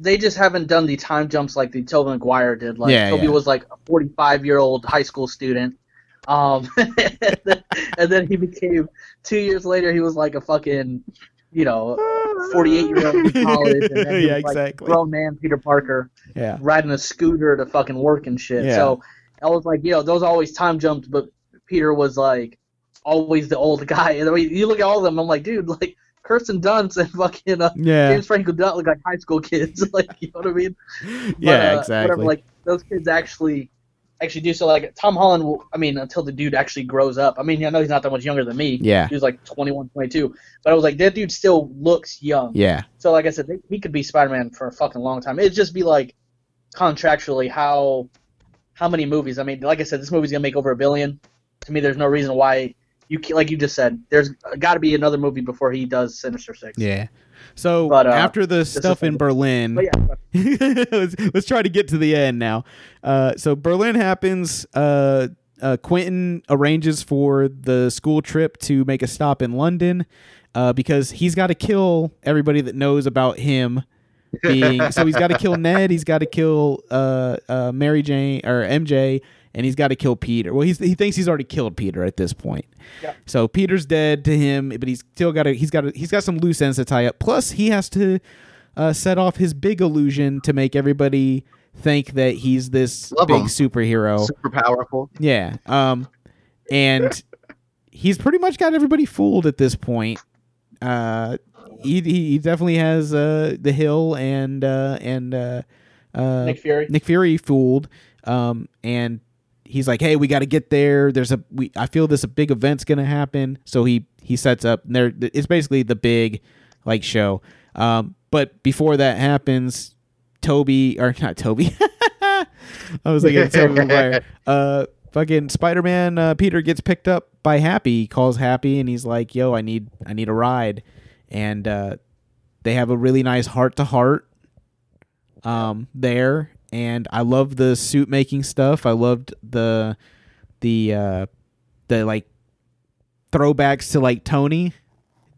they just haven't done the time jumps like the Tobey Maguire did. Like Yeah, Toby yeah. was like a forty-five-year-old high school student. Um, and then he became two years later. He was like a fucking, you know, 48 year old in college and then he Yeah, was, like, exactly. grown man Peter Parker yeah riding a scooter to fucking work and shit. Yeah. So I was like, you know, those always time jumped, but Peter was like always the old guy. And I mean, you look at all of them, I'm like, dude, like Kirsten Dunst and fucking uh, yeah James Franco Dunn look like high school kids. like, you know what I mean? But, yeah uh, Whatever, exactly like those kids actually actually do so. Like Tom Holland, will, I mean, until the dude actually grows up. I mean, I know he's not that much younger than me. yeah He was like 21, 22. But I was like, that dude still looks young. yeah So, like I said, they, he could be Spider-Man for a fucking long time. It'd just be like contractually how how many movies. I mean, like I said, this movie's gonna make over a billion. To me, there's no reason why you can, like you just said. There's got to be another movie before he does Sinister Six. yeah so But, uh, after the stuff in is- berlin But yeah, let's, let's try to get to the end now. Uh, so Berlin happens. Uh, uh, Quentin arranges for the school trip to make a stop in London uh, because he's got to kill everybody that knows about him. Being, so he's got to kill Ned. He's got to kill uh, uh, Mary Jane or MJ, and he's got to kill Peter. Well, he's, he thinks he's already killed Peter at this point. Yeah. So Peter's dead to him, but he's still got to he's got to, he's got some loose ends to tie up. Plus, he has to uh, set off his big illusion to make everybody think that he's this Love big him. Oh. superhero. Super powerful. Yeah. Um, and he's pretty much got everybody fooled at this point. Uh, he, he he definitely has uh the Hill and uh and uh, uh Nick Fury. Nick Fury fooled, um, and he's like, "Hey, we got to get there. There's a we. I feel this a big event's gonna happen." So he he sets up. and There, it's basically the big like show. Um, but before that happens, Toby or not Toby. I was thinking of Toby Maguire. Uh, fucking Spider Man. Uh, Peter gets picked up by Happy. He calls Happy and he's like, "Yo, I need I need a ride," and uh, they have a really nice heart to heart um, there, and I love the suit making stuff. I loved the the uh, the like throwbacks to like Tony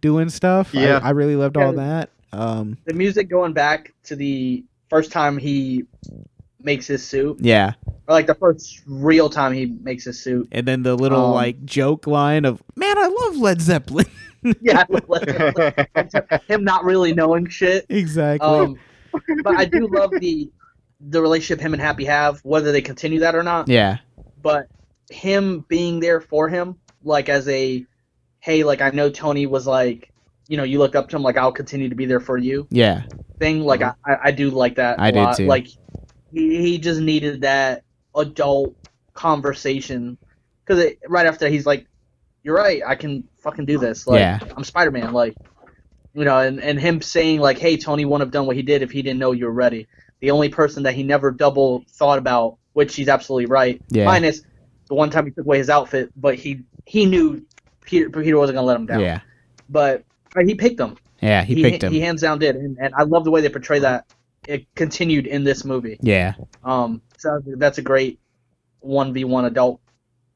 doing stuff. I- Yeah. I, really loved all Yeah. that. Um, the music going back to the first time he makes his suit, yeah, or like the first real time he makes his suit. and then the little Um, like joke line of "Man, I love Led Zeppelin." Yeah, him not really knowing shit. exactly. Um, but I do love the the relationship him and Happy have, whether they continue that or not. yeah, But him being there for him, like as a, hey, like I know Tony was like, you know, you looked up to him, like I'll continue to be there for you yeah, thing. Like I, I I do like that. Mm-hmm. I I do lot. too. Like he, he just needed that adult conversation because right after that he's like, you're right. I can fucking do this. Like, Yeah. I'm Spider Man. Like, you know, and, and him saying like, "Hey, Tony wouldn't have done what he did if he didn't know you were ready." The only person that he never double thought about, which he's absolutely right. Yeah. Minus the one time he took away his outfit, but he he knew Peter Peter wasn't gonna let him down. Yeah. But uh, he picked him. Yeah, he, picked him. He hands down did, and, and I love the way they portray that. It continued in this movie. yeah. Um, so that's a great one v one adult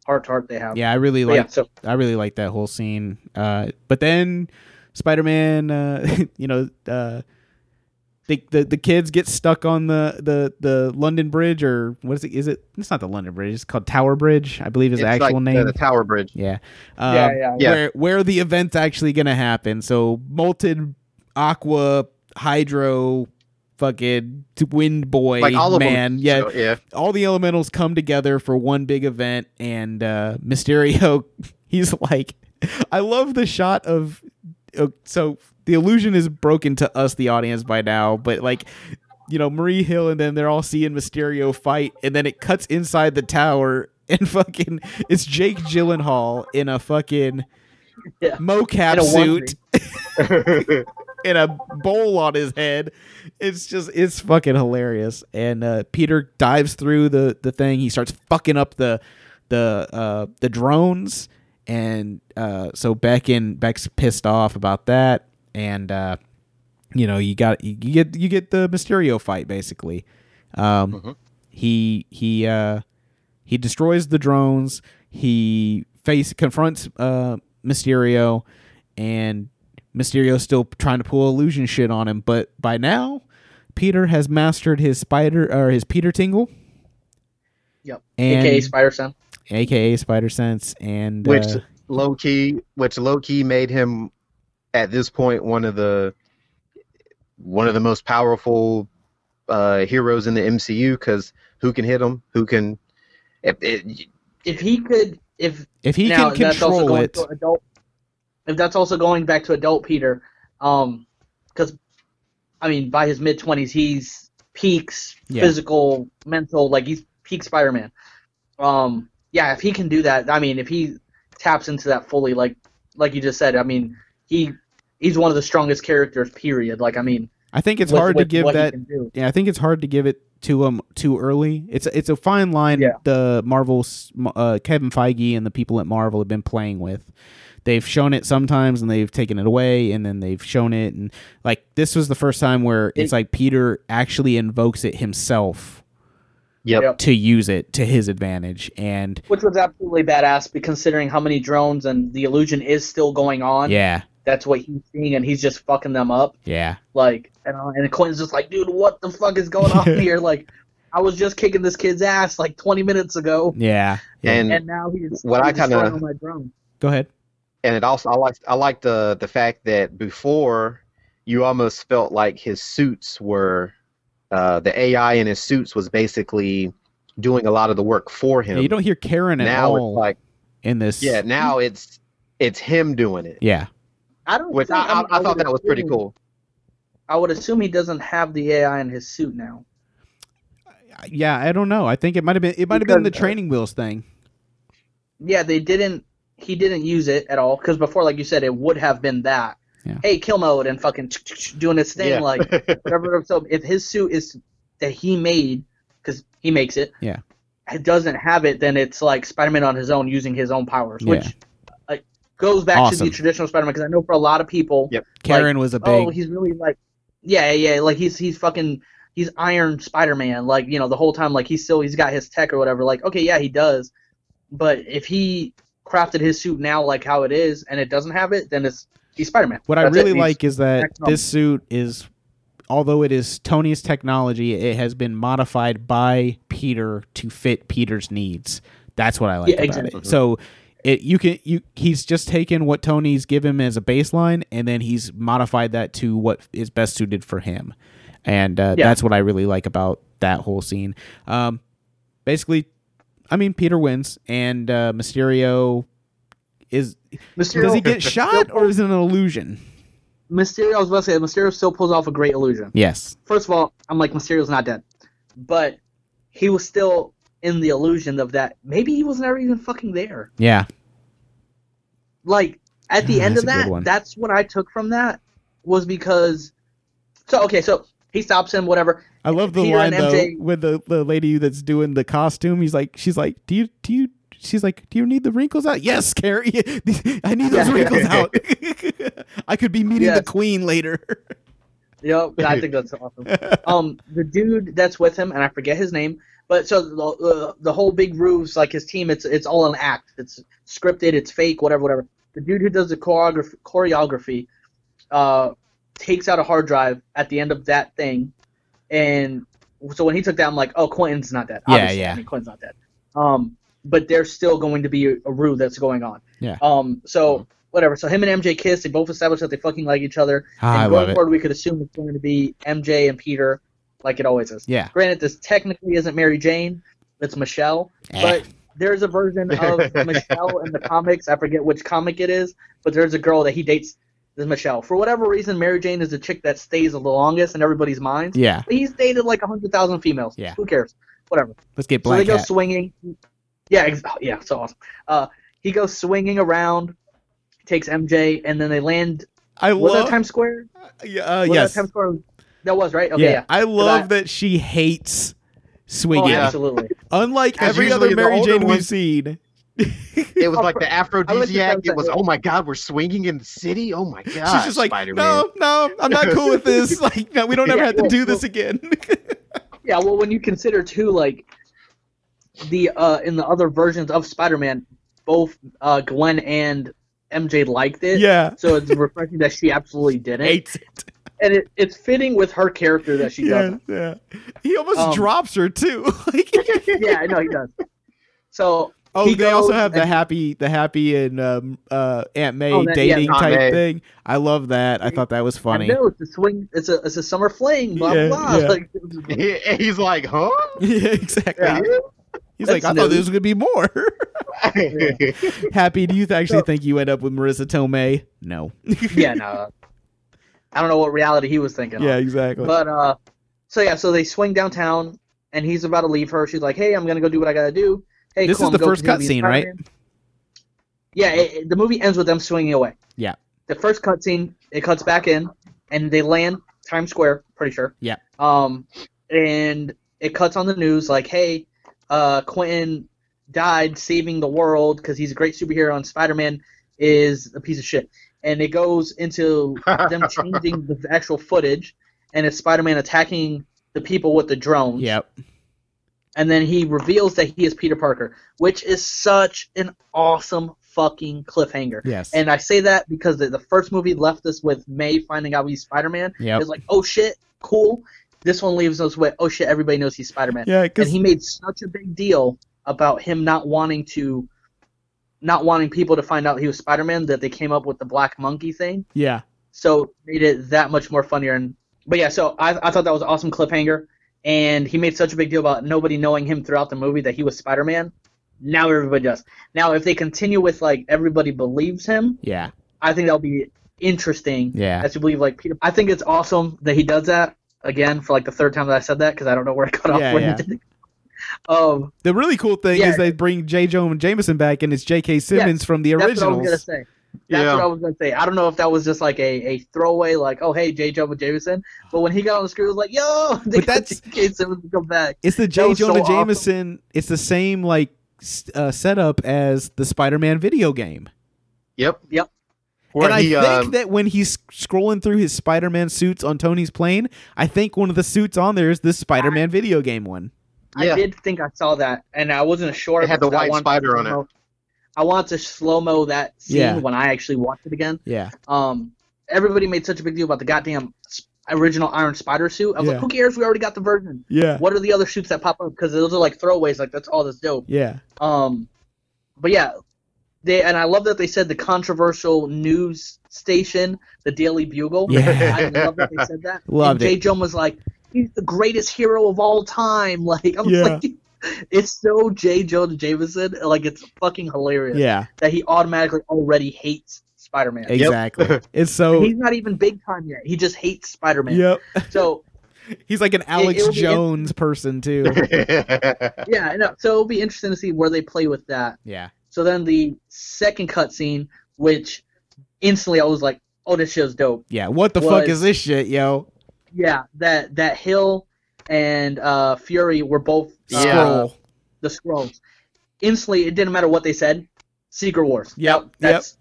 heart to heart they have. Yeah, I really But like yeah. So I really like that whole scene. Uh, but then Spider Man, uh, you know, uh, the, the the kids get stuck on the, the, the London Bridge or what is it? Is it? It's not the London Bridge. It's called Tower Bridge, I believe is the It's actual like the- name. The, Tower Bridge. yeah. yeah, Um, yeah, Yeah. Where where the event's actually gonna happen? So molten aqua hydro fucking wind boy Like all of man them. yeah So, yeah. all the elementals come together for one big event and uh Mysterio he's like I love the shot of uh, so the illusion is broken to us the audience by now but like you know Marie Hill and then they're all seeing Mysterio fight and then it cuts inside the tower and fucking it's Jake Gyllenhaal in a fucking Yeah. mocap In a suit onesie. and a bowl on his head. It's just it's fucking hilarious. And uh, Peter dives through the the thing. He starts fucking up the the uh, the drones, and uh, so Beck and Beck's pissed off about that. And uh, you know you got you get you get the Mysterio fight basically. Um, Mm-hmm. Mhm. He he uh, he destroys the drones. He face confronts uh, Mysterio, and Mysterio's still trying to pull illusion shit on him. But by now, Peter has mastered his spider or his Peter Tingle. Yep. And, AKA AKA, Spider Son. Spider Sense, and which uh, low key, which low key made him at this point one of the one of the most powerful uh, heroes in the MCU because who can hit him? Who can? It, it, If he could, if if he now can that's also control going it, to adult, if that's also going back to adult Peter, um, because I mean by his mid twenties he's peaks Yeah. physical, mental, like he's peak Spider Man. Um, yeah, if he can do that, I mean if he taps into that fully, like like you just said, I mean he he's one of the strongest characters. Period. Like I mean, I think it's with- hard to with give what he that can do. yeah, I think it's hard to give it to him too early. It's a, it's a fine line. Yeah. The Marvel's uh, Kevin Feige and the people at Marvel have been playing with. They've shown it sometimes, and they've taken it away, and then they've shown it, and like this was the first time where it's It- like Peter actually invokes it himself yep. Yep. to use it to his advantage, and Which was absolutely badass, be- considering how many drones and the illusion is still going on. yeah, that's what he's seeing, and he's just fucking them up. yeah, Like, and, uh, and Quentin's just like, dude, what the fuck is going on here? Like, I was just kicking this kid's ass like 20 minutes ago, yeah, yeah. And, and now he's Mm. What he's I kinda- destroying all my drone. go ahead. and it also I like I like the the fact that before you almost felt like his suits were uh, the AI in his suits was basically doing a lot of the work for him. Yeah, you don't hear Karen at now all it's like in this. yeah, now it's it's him doing it, yeah, I don't. which think, I, I, mean, I thought would that was pretty assume- cool. I would assume he doesn't have the AI in his suit now. yeah. I don't know. I think it might have been it might have been the Because, uh, training wheels thing. Yeah, they didn't. He didn't use it at all because before, like you said, it would have been that. Yeah. Hey, kill mode and fucking doing his thing Yeah. like whatever. So if his suit is that he made because he makes it, Yeah. it doesn't have it, then it's like Spider-Man on his own using his own powers, Yeah. which like goes back to Awesome. the traditional Spider-Man because I know for a lot of people, Yep. Karen was a big oh, he's really like, yeah, yeah, like he's he's fucking he's Iron Spider-Man, like you know the whole time, like he's still he's got his tech or whatever. Like okay, yeah, he does, but if he crafted his suit now like how it is and it doesn't have it, then it's he's Spider-Man. What That's I it. really He's- like is that Next this suit is, although it is Tony's technology, it has been modified by Peter to fit Peter's needs. That's what I like Yeah, about exactly. it. So, it you can you he's just taken what Tony's given him as a baseline, and then he's modified that to what is best suited for him, and uh, Yeah. that's what I really like about that whole scene. Um, basically, I mean Peter wins, and uh, Mysterio is Mysterio, does he get shot or is it an illusion? Mysterio, I was about to say, Mysterio still pulls off a great illusion. Yes. First of all, I'm like, Mysterio's not dead. But he was still in the illusion of that. Maybe he was never even fucking there. Yeah, like at the Ah, end that's of a good that, one. that's what I took from that was because. So okay, so he stops him, whatever. I love the Peter line and though MJ with the, the lady that's doing the costume. He's like, she's like, do you do you? She's like, do you need the wrinkles out? Yes, Carrie, I need those Yeah. wrinkles out. I could be meeting the Yes. queen later. Yep, I think that's awesome. Um, the dude that's with him, and I forget his name, but so the uh, the whole big roofs like his team, it's it's all an act. It's scripted, it's fake, whatever, whatever. The dude who does the choreography, choreography uh, takes out a hard drive at the end of that thing, and so when he took that, I'm like, oh, Quentin's not dead. Yeah, Obviously. yeah. I mean, Quentin's not dead. Um, but there's still going to be a, a ruse that's going on. Yeah. Um, so whatever. So him and MJ kiss. They both establish that they fucking like each other and Ah, I going love it. forward, we could assume it's going to be MJ and Peter, like it always is. Yeah. Granted, this technically isn't Mary Jane; it's Michelle. Eh. But there's a version of Michelle in the comics. I forget which comic it is, but there's a girl that he dates. Is Michelle for whatever reason? Mary Jane is the chick that stays the longest in everybody's minds. yeah. But He's dated like hundred thousand females. Yeah. Who cares? Whatever. Let's get So they Black go Cat. swinging. Yeah, ex- oh, yeah, so awesome. Uh, he goes swinging around, takes MJ, and then they land. I Was love. that Times Square? yeah, uh, Was that yes. Times Square? That was right. Okay, yeah. yeah. I love I- that she hates Oh, swinging. absolutely. Unlike Because every usually other the Mary older Jane we've ones- seen. It was like the aphrodisiac. that It was, was- oh my god, we're swinging in the city. Oh my god. Ah, She's just like, Spider-Man. no, no, I'm not cool with this. Like, no, we don't ever Yeah, have to well, do this again. yeah. Well, when you consider too, like the uh in the other versions of Spider-Man, both uh Gwen and MJ liked it. yeah. So it's refreshing that she absolutely didn't, Hates it. and it, it's fitting with her character that she yeah, doesn't. yeah. He almost Um, drops her too. like, Yeah, I know he does. So oh, he they also goes have the and- happy, the happy and um, uh, Aunt May Oh, that- yeah, dating Aunt type May. thing. I love that. I thought that was funny. I know it's a swing. It's a it's a summer fling. Blah Yeah, blah. yeah. Like, He- he's like, huh? Yeah, exactly. Yeah. He's That's like, I new. thought there was gonna be more. happy? Do you actually So- think you end up with Marissa Tomei? No. yeah, no. I don't know what reality he was thinking. of. yeah, exactly. But uh, so yeah, so they swing downtown, and he's about to leave her. She's like, "Hey, I'm gonna go do what I gotta do." Hey, This cool, is I'm the gonna go first to movie cutscene, right? Spider-Man. Yeah, it, it- the movie ends with them swinging away. Yeah. The first cutscene, it cuts back in, and they land Times Square, pretty sure. Yeah. Um, and it cuts on the news like, "Hey, uh, Quentin died saving the world because he's a great superhero, and Spider-Man is a piece of shit." And it goes into them changing the actual footage, and it's Spider-Man attacking the people with the drones. yep. And then he reveals that he is Peter Parker, which is such an awesome fucking cliffhanger. Yes. And I say that because the, the first movie left us with May finding out he's Spider-Man. Yep. It's like, oh shit, cool. This one leaves us with, oh shit, everybody knows he's Spider-Man. yeah, because and he made such a big deal about him not wanting to, not wanting people to find out he was Spider-Man that they came up with the Black Monkey thing yeah, so made it that much more funnier. And but yeah, so I, I thought that was an awesome cliffhanger, and he made such a big deal about nobody knowing him throughout the movie that he was Spider Man. Now everybody does. Now if they continue with like everybody believes him, yeah, I think that'll be interesting. yeah. As you believe like Peter, I think it's awesome that he does that again for like the third time that I said that because I don't know where I cut off Yeah, when he yeah. did it. Um, The really cool thing Yeah. is they bring J. Joe and Jameson back, and it's J.K. Simmons from the that's what I was gonna originals. say. That's Yeah. what I was gonna say. I don't know if that was just like a, a throwaway, like, oh hey, J. Jonah Jameson. But when he got on the screen, it was like, yo, they But got that's- J.K. Simmons to come back. It's the J. was so Jonah awesome. Jameson. It's the same like s- uh, setup as the Spider-Man video game. Yep. Yep. Where and he, I think um, that when he's scrolling through his Spider-Man suits on Tony's plane, I think one of the suits on there is this Spider-Man video game one. I yeah, did think I saw that, and I wasn't sure. It if had the because I white wanted to spider on it. slow-mo- I wanted to slow mo that scene Yeah. when I actually watched it again. Yeah, Um, everybody made such a big deal about the goddamn s- original Iron Spider suit. I was Yeah. like, who cares? We already got the version. yeah, What are the other suits that pop up? Because those are like throwaways. Like that's all that's dope. yeah, Um, but yeah, they and I love that they said the controversial news station, the Daily Bugle. Yeah. I love that they said that. Loved and Jay it. Jones was like, he's the greatest hero of all time. Like I'm Yeah. like. It's so J. Jonah Jameson, like it's fucking hilarious yeah. that he automatically already hates Spider-Man. Exactly. it's so. He's not even big time yet. He just hates Spider-Man. Yep. So He's like an Alex it'll be in- Jones person too. um, yeah, no, so it'll be interesting to see where they play with that. yeah. So then the second cutscene which instantly I was like, "Oh, this shit's dope." Yeah, what the fuck Was- is this shit, yo? Yeah, that that Hill and uh, Fury were both uh, Yeah. Scroll. the scrolls. Instantly, it didn't matter what they said. Secret Wars. Yep, That- That's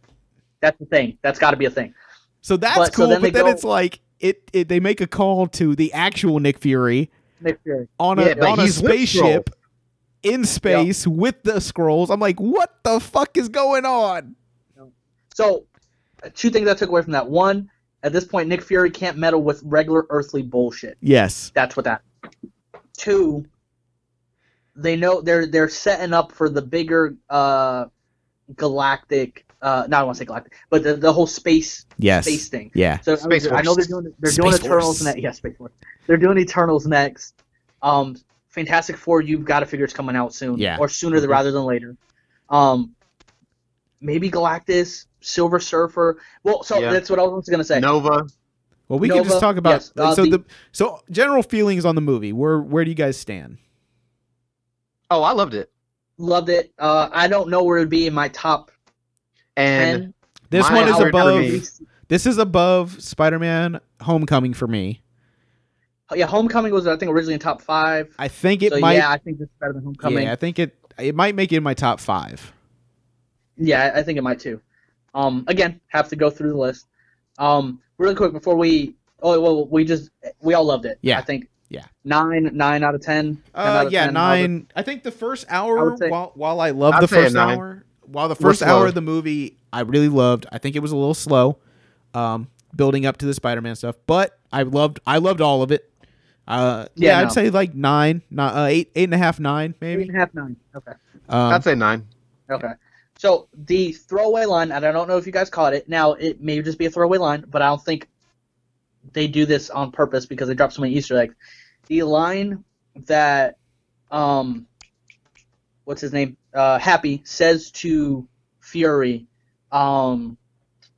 that's the thing. That's got to be a thing. So that's But- so cool, then but they then go- it's like it, it they make a call to the actual Nick Fury Nick Fury. on a Yeah, but on a he's with spaceship in space with the scrolls. I'm like, what the fuck is going on? So, uh, two things I took away from that. One, at this point, Nick Fury can't meddle with regular earthly bullshit. Yes. That's what that. Two, they know they're they're setting up for the bigger uh, galactic. Uh, not I want to say galactic, but the, the whole space Yes. space thing. Yeah. So I, Space was- I know they're Force. doing they're doing Space Eternals Force. next. Yeah, Space Force. They're doing Eternals next. Um, Fantastic Four, you've got to figure it's coming out soon, Yeah. or sooner than Mhm. rather than later. Um, maybe Galactus, Silver Surfer. Well, so Yeah. that's what I was gonna say. Nova. Well, we can just Nova, talk about yes, uh, so the- the, so general feelings on the movie. Where where do you guys stand? Oh, I loved it. Loved it. Uh, I don't know where it'd be in my top And ten. This Mine one is is weird for above. me. This is above Spider-Man: Homecoming for me. Yeah, Homecoming was I think originally in top five. I think it so might. yeah, I think this is better than Homecoming. Yeah, I think it it might make it in my top five. Yeah, I I think it might too. Um, again, have to go through the list. Um, really quick before we, oh well, we just we all loved it. Yeah. I think. Yeah. Nine, nine out of ten. 10 out Uh, of yeah, 10. nine. I think the first I hour, would say- while while I love I'd the say a first nine. hour, while the We're first hour slow. of the movie, I really loved. I think it was a little slow, um, building up to the Spider-Man stuff, but I loved I loved all of it. Uh, yeah, Yeah, I'd no. say like nine, not uh, eight, eight and a half, nine Eight maybe. and a half, nine. Okay. Um, I'd say nine. Okay. So the throwaway line, and I don't know if you guys caught it. Now it may just be a throwaway line, but I don't think they do this on purpose because they drop so many Easter eggs. The line that, um, what's his name? Uh, Happy says to Fury, um,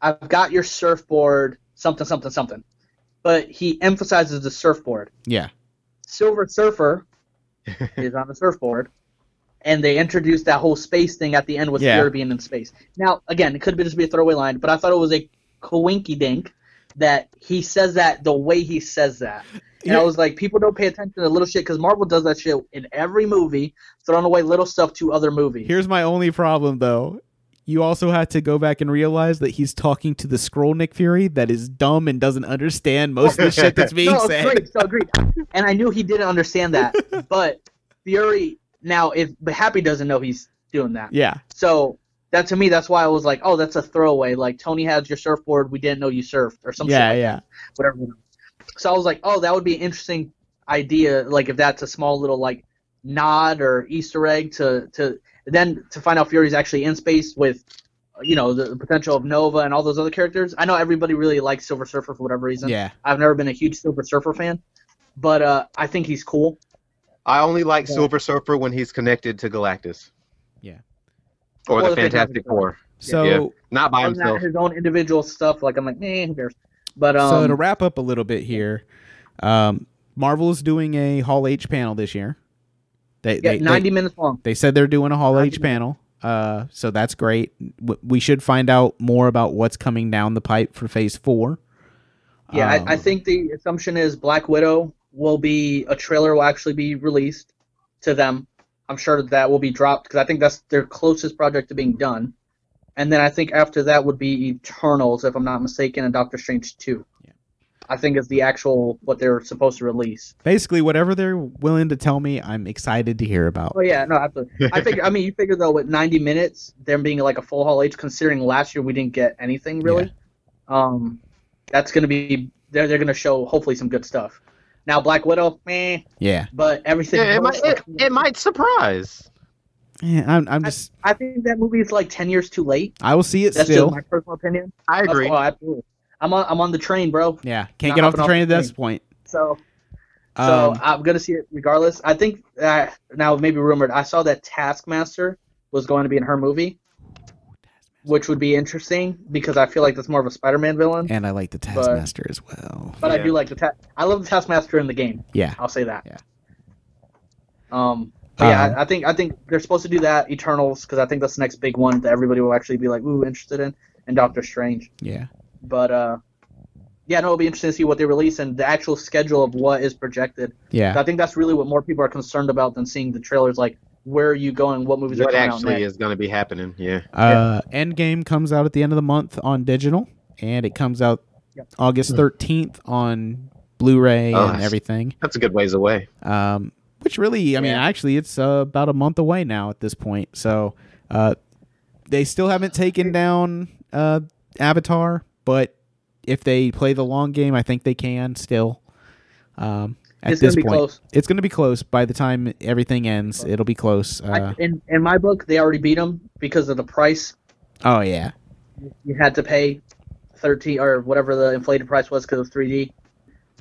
"I've got your surfboard, something, something, something," but he emphasizes the surfboard. yeah, Silver Surfer is on the surfboard, and they introduced that whole space thing at the end with Yeah. Fury being in space. Now, again, it could be just be a throwaway line, but I thought it was a coinky dink that he says that the way he says that. And I Yeah. was like, people don't pay attention to little shit because Marvel does that shit in every movie, throwing away little stuff to other movies. Here's my only problem though. You also had to go back and realize that he's talking to the scroll Nick Fury that is dumb and doesn't understand most of the shit that's being no, said. agreed, so agreed. And I knew he didn't understand that, but Fury now if but Happy doesn't know he's doing that. Yeah. So that to me, that's why I was like, oh, that's a throwaway. Like Tony has your surfboard. We didn't know you surfed or something. yeah, like yeah. Whatever. So I was like, oh, that would be an interesting idea. Like if that's a small little like nod or Easter egg to to then to find out Fury's actually in space with you know the, the potential of Nova and all those other characters. I know everybody really likes Silver Surfer for whatever reason. Yeah. I've never been a huge Silver Surfer fan, but uh, I think he's cool. I only like Yeah. Silver Surfer when he's connected to Galactus. Yeah. Or Or the the Fantastic Fantastic Four. So Yeah. Not by Other than that, himself. his own individual stuff. Like I'm like, eh, who cares? But um, so to wrap up a little bit here, um, Marvel is doing a Hall H panel this year. They yeah, they, 90 they, minutes long. they said they're doing a Hall 90 H panel. Uh, so that's great. W- We should find out more about what's coming down the pipe for Phase Four. Yeah, Um, I, I think the assumption is Black Widow will be a trailer will actually be released to them. I'm sure that will be dropped because I think that's their closest project to being done. And then I think after that would be Eternals, if I'm not mistaken, and Doctor Strange two. Yeah. I think is the actual what they're supposed to release. basically whatever they're willing to tell me, I'm excited to hear about. Oh yeah, no, absolutely. I figure. I mean, you figure though, with 90 minutes, them being like a full haul age, considering last year we didn't get anything really. Um, that's gonna be they're they're gonna show hopefully some good stuff. Now Black Widow, meh, Yeah, but everything. Yeah, it, might, else- it, it might surprise. yeah I'm, I'm just. I think that movie is like 10 years too late. I will see it That's still. just my personal opinion. I agree. Oh, absolutely. I'm on I'm on the train, bro. yeah, can't Not get off the hopping off train the at this train. point. So so Um, I'm gonna see it regardless. I think uh, now it may be rumored. I saw that Taskmaster was going to be in her movie. which would be interesting because I feel like that's more of a Spider-Man villain. and I like the Taskmaster as well. But I Yeah. do like the ta- I love the Taskmaster in the game. Yeah, I'll say that. Yeah. Um. but yeah, Um, I, I think I think they're supposed to do that Eternals because I think that's the next big one that everybody will actually be like, ooh, interested in. and Doctor Strange. Yeah. But uh, yeah, no, it'll be interesting to see what they release and the actual schedule of what is projected. Yeah. I think that's really what more people are concerned about than seeing the trailers. Like, where are you going? What movies are What coming out actually next? is going to be happening? Yeah. Uh, Endgame comes out at the end of the month on digital, and it comes out Yep. August 13th on Blu-ray Oh, and that's- everything. That's a good ways away. Um, which really, I mean, Yeah. actually, it's uh, about a month away now at this point. So uh, they still haven't taken down uh, Avatar, but if they play the long game, I think they can still. Um, at It's this gonna be point, close. it's going to be close. By the time everything ends, it'll be close. Uh, I, in in my book, they already beat them because of the price oh yeah, you had to pay thirteen or whatever the inflated price was because of 3D.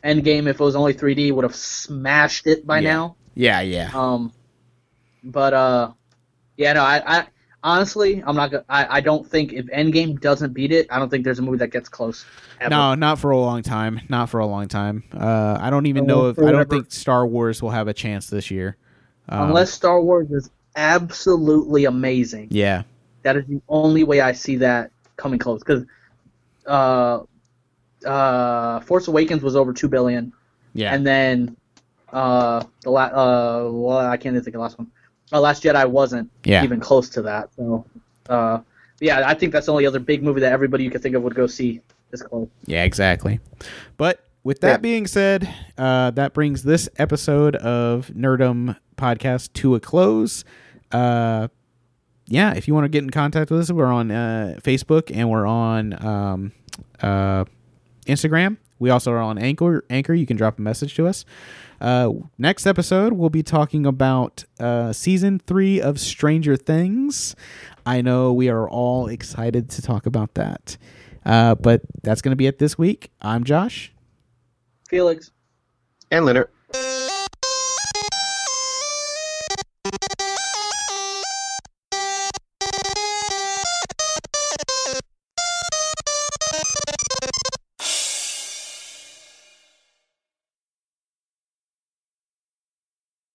Endgame, if it was only 3D, would have smashed it by Yeah. now. yeah, yeah. Um, but uh, yeah, no, I, I honestly, I'm not. Gonna, I I don't think if Endgame doesn't beat it, I don't think there's a movie that gets close. ever. No, not for a long time. Not for a long time. Uh, I don't even Unless know if they I don't ever- think Star Wars will have a chance this year. Um, unless Star Wars is absolutely amazing. yeah, That is the only way I see that coming close. Because uh, uh, Force Awakens was over two billion. yeah, And then uh, the la- uh, well, I can't even think of the last one. Uh, last Jedi wasn't yeah, even close to that. So, uh, yeah, I think that's the only other big movie that everybody you could think of would go see this close. yeah, exactly. But with that Yeah. being said, uh, that brings this episode of Nerdum Podcast to a close. Uh, yeah, if you want to get in contact with us, we're on uh, Facebook and we're on um, uh, Instagram. We also are on Anchor. Anchor, you can drop a message to us. Uh, next episode, we'll be talking about uh, season three of Stranger Things. I know we are all excited to talk about that. Uh, but that's going to be it this week. I'm Josh. Felix. And Leonard.